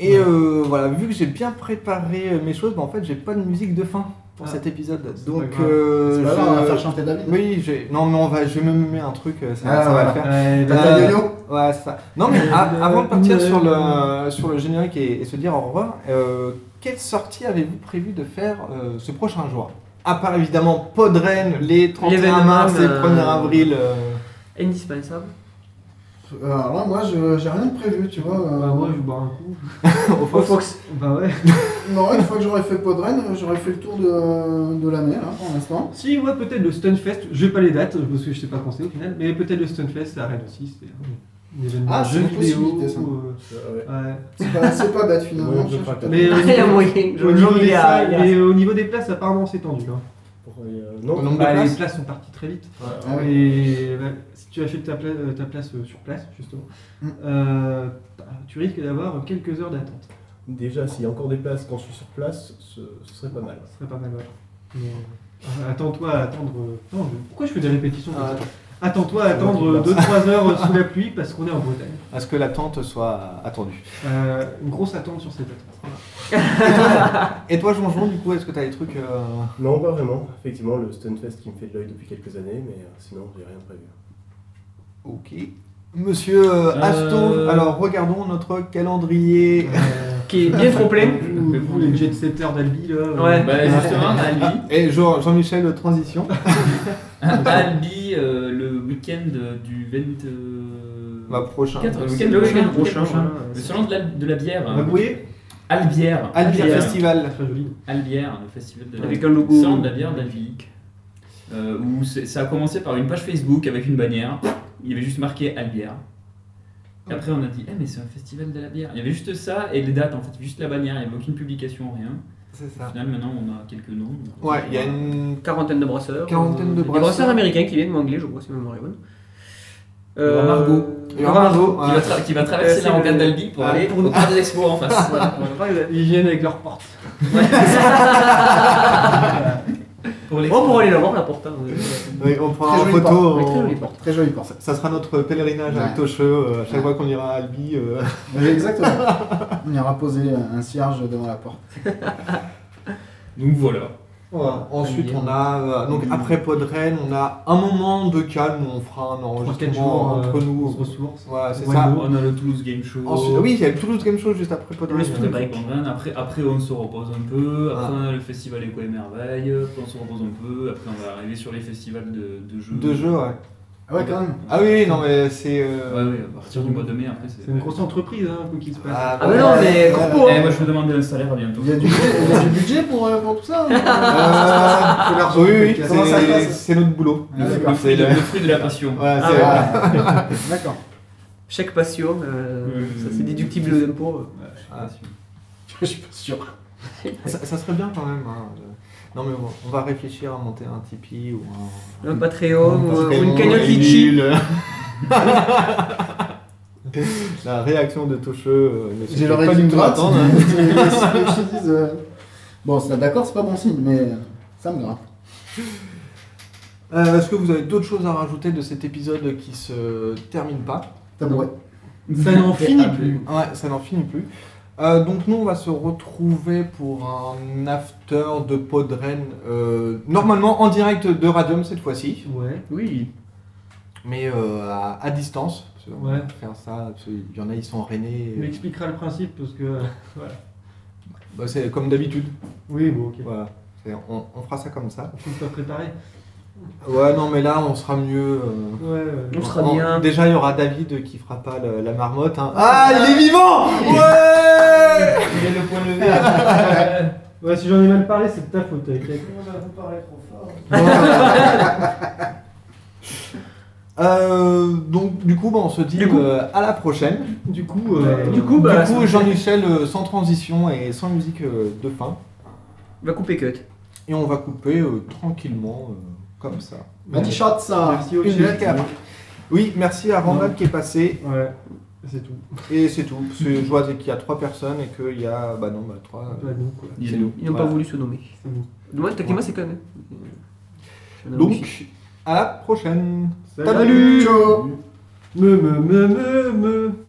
J: Et euh, voilà, vu que j'ai bien préparé euh, mes choses, bah, en fait, j'ai pas de musique de fin pour cet épisode. Donc,
G: Ah. grave.
J: euh,
G: C'est pas grave,
J: je-
G: on va faire chanter David.
J: Oui, j'ai- non, mais on va, je vais me mettre un truc, euh, ça,
G: Ah,
J: ça va
G: voilà.
J: le faire.
G: Ouais,
E: bah,
G: Tata Yo-Yo.
J: ouais, c'est ça. Non, mais a- avant de partir sur le, sur le générique et, et se dire au revoir, euh, quelle sortie avez-vous prévu de faire euh, ce prochain jour À part évidemment Podren, les 31
B: L'événement,
J: mars et le
B: euh,
J: 1er avril. euh,
B: Indispensable.
G: Euh, Alors là, moi, je- j'ai rien de prévu, tu vois. euh,
E: Bah, moi, je vais boire un coup.
J: Au Fox.
E: Bah ouais.
G: non, une fois que j'aurais fait Podren, euh, j'aurais fait le tour de, de l'année, là, pour l'instant.
E: Si, ouais, peut-être le Stunfest. Je n'ai pas les dates parce que je sais pas quand c'est au final. Mais peut-être le Stunfest, c'est à Rennes aussi. C'est un événement
G: Ah,
E: de
G: c'est
E: jeux
G: une
E: vidéo.
G: possibilité, ça.
E: euh, ouais.
G: C'est pas, c'est pas bête, finalement.
E: Ouais,
G: je cherche pas.
E: Mais au
B: Il y a
E: niveau-
B: moyen.
E: au niveau
B: Il y
E: des
B: a-
E: salles-
B: il y a-
E: mais au niveau des places, apparemment, c'est tendu. hein.
O: Pour, euh, non. Ah
E: Bah, les places. sont parties très vite.
O: Ouais.
E: Et bah, si tu achètes ta, pla- euh, ta place euh, sur place, justement,
J: Mm.
E: euh, bah, tu risques d'avoir quelques heures d'attente.
O: Déjà, s'il y a encore des places quand je suis sur place, ce, ce serait pas mal.
E: Ce serait pas mal, ouais. Mais, euh, attends-toi à attendre. euh, non, je- Pourquoi je fais des répétitions
J: Ah,
E: comme ça Attends-toi à attendre 2-3 heures sous la pluie parce qu'on est en Bretagne.
J: À ce que l'attente soit attendue.
E: Euh, une grosse attente sur cette attente.
J: Et toi, Jonjon, du coup, est-ce que t'as des trucs. euh,
O: Non, pas vraiment. Effectivement, le Stunfest qui me fait de l'œil depuis quelques années, mais euh, sinon, j'ai rien prévu.
J: Ok. Monsieur euh, Asto,
O: Euh,
J: alors regardons notre calendrier.
B: qui est bien trop plein.
E: Euh, Vous, vous, les jet setters d'Albi, là. euh,
I: Bah,
J: Et Jean- Jean-Michel euh, Transition.
I: Albi euh, le week-end euh, du 20. euh,
J: Bah, prochain.
I: quatre-
J: Le
I: le
J: week-end
I: week-end prochain.
J: prochain,
I: Le
J: ouais.
I: Le salon de la, de la bière. hein.
J: Bah, vous voyez
I: Albière.
J: Albière Festival.
E: Très joli.
I: Albière, le festival de la
B: Avec un logo.
I: Salon de la bière d'Albi. Euh, où c'est- ça a commencé par une page Facebook avec une bannière. Il y avait juste marqué Albière. Et après, on a dit, eh, mais c'est un festival de la bière. Il y avait juste ça et les dates, en fait, juste la bannière. Il n'y avait aucune publication, rien.
J: C'est
I: Au final, maintenant, on a quelques noms. Donc,
J: Ouais, il y a une
B: quarantaine de brasseurs.
J: Quarantaine
B: Des
J: de brasseurs.
B: brasseurs américains qui viennent, ou anglais, je crois, si ma mémoire est bonne. Euh,
I: Il y aura Margot.
B: il y aura Margot.
I: Qui va tra- qui va
J: Euh,
I: traverser la rocade d'Albi pour
J: Ah.
I: aller au parc de l'Expo en face.
B: Voilà.
E: Ils viennent avec leurs portes.
I: pour, les...
B: oh, pour aller la voir, la porte. hein.
J: Oui, on prendra
B: Très
J: en
B: jolie
J: photo.
B: porte. Mais très
J: on-
B: jolie porte.
J: Très jolie porte. Ça- Ça sera notre pèlerinage avec
G: Ouais.
J: Tocheux euh, à chaque
G: Ouais.
J: fois qu'on ira à Albi. euh.
G: Mais Exactement. On ira poser un cierge devant la porte.
I: Donc voilà.
J: Voilà. Ensuite,
G: Albi.
J: on a euh, donc après Podren, on a un moment de calme où on fera un enregistrement
E: jours,
J: entre
E: euh,
J: nous.
E: on se ressource.
J: Voilà, c'est
E: On
J: ça.
E: boit.
I: On a le Toulouse Game Show.
J: Ensuite- oui, il y a le Toulouse Game Show juste après Podren.
I: Le Spring Break. Après, après, on se repose un peu. Après, on a le festival Éco et Merveille. Après, on se repose un peu. Après, on va arriver sur les festivals de, de jeux.
J: De jeux, ouais.
G: Ah ouais, quand même.
J: Ah oui, oui, non mais c'est. euh,
I: Ouais, oui, à partir du mois de mai, après, c'est.
E: C'est une grosse entreprise, hein, quoi qu'il se passe.
J: Ah,
B: Ah, mais non, mais corpo.
I: Eh, moi, je vais demander un salaire à bientôt.
G: Il y a du, il y a du budget pour, euh, pour tout ça
J: Euh,
G: Faut l'argent
J: oui,
G: du
J: oui,
G: podcast. Comment ça se
J: c'est-
G: passe
J: c'est notre boulot.
G: Ah, d'accord.
I: Le fruit, de, le fruit de la passion.
J: Ouais,
B: Ah,
J: c'est-
B: ouais.
G: D'accord.
B: Chèque passion, euh,
I: Euh,
B: ça c'est déductible aux impôts.
I: Ouais, je suis pas sûr.
G: Je suis pas sûr.
J: ça, ça serait bien quand même. hein. Non mais bon, on va réfléchir à monter un Tipeee ou un.
B: Un Patreon ou,
J: Patreon,
B: euh, ou une cagnotte
J: et
B: Litchi.
J: nul. La réaction de Tocheux. euh, ne se
G: J'ai
J: fait
G: le
J: pas du
G: régime
J: tout
G: gratte.
J: attendre. hein.
G: mais c'est ce que hein. je te dise, euh, Bon, ça d'accord, c'est pas bon signe, mais euh, ça me gratte.
J: Euh, Est-ce que vous avez d'autres choses à rajouter de cet épisode qui se termine pas
G: Tabouret.
E: Ça n'en finit plus.
J: Ouais, ça n'en finit plus. Euh, donc nous, on va se retrouver pour un after de Podren, euh, normalement en direct de Radium cette fois-ci,
E: Ouais.
B: Oui.
J: mais euh, à, à distance. parce qu'on
E: Ouais.
J: va Faire ça, parce qu'il y en a, ils sont en René.
E: Il m'expliquera le principe parce que. euh, voilà.
J: Bah, c'est comme d'habitude.
E: Oui, bon, ok.
J: Voilà. C'est- On, on fera ça comme ça.
E: Je suis pas préparé.
J: Ouais, non, mais là, on sera mieux. euh,
E: Ouais, ouais.
B: On sera bien.
J: Déjà, il y aura David qui fera pas le- la marmotte. hein. Ah, il est vivant Ouais
I: Il est le point levé.
E: Ouais, si j'en ai mal parlé, c'est de ta faute. t'inquiète.
J: Euh, donc du coup, bah, on se dit euh, à la prochaine.
E: Du coup, euh,
B: Du coup, bah,
J: du coup Jean-Michel euh, sans transition et sans musique euh, de fin.
B: on va couper cut.
J: Et on va couper euh, tranquillement euh, comme ça.
G: Un t-shirt, ça
E: merci au
J: Une
E: chat.
J: musique après. Oui, merci à Randall qui est passé.
E: Ouais, c'est tout.
J: Et c'est tout. Parce que je vois qu'il y a trois personnes et qu'il y a... Bah non, bah trois... euh,
E: Pas nous, quoi.
I: Il est nous.
B: Ils n'ont
J: Voilà.
B: pas voulu se nommer.
E: C'est nous.
B: Moi, techniquement, c'est quand même.
J: Donc, à la prochaine
E: Salut. Me, me, me, me, me.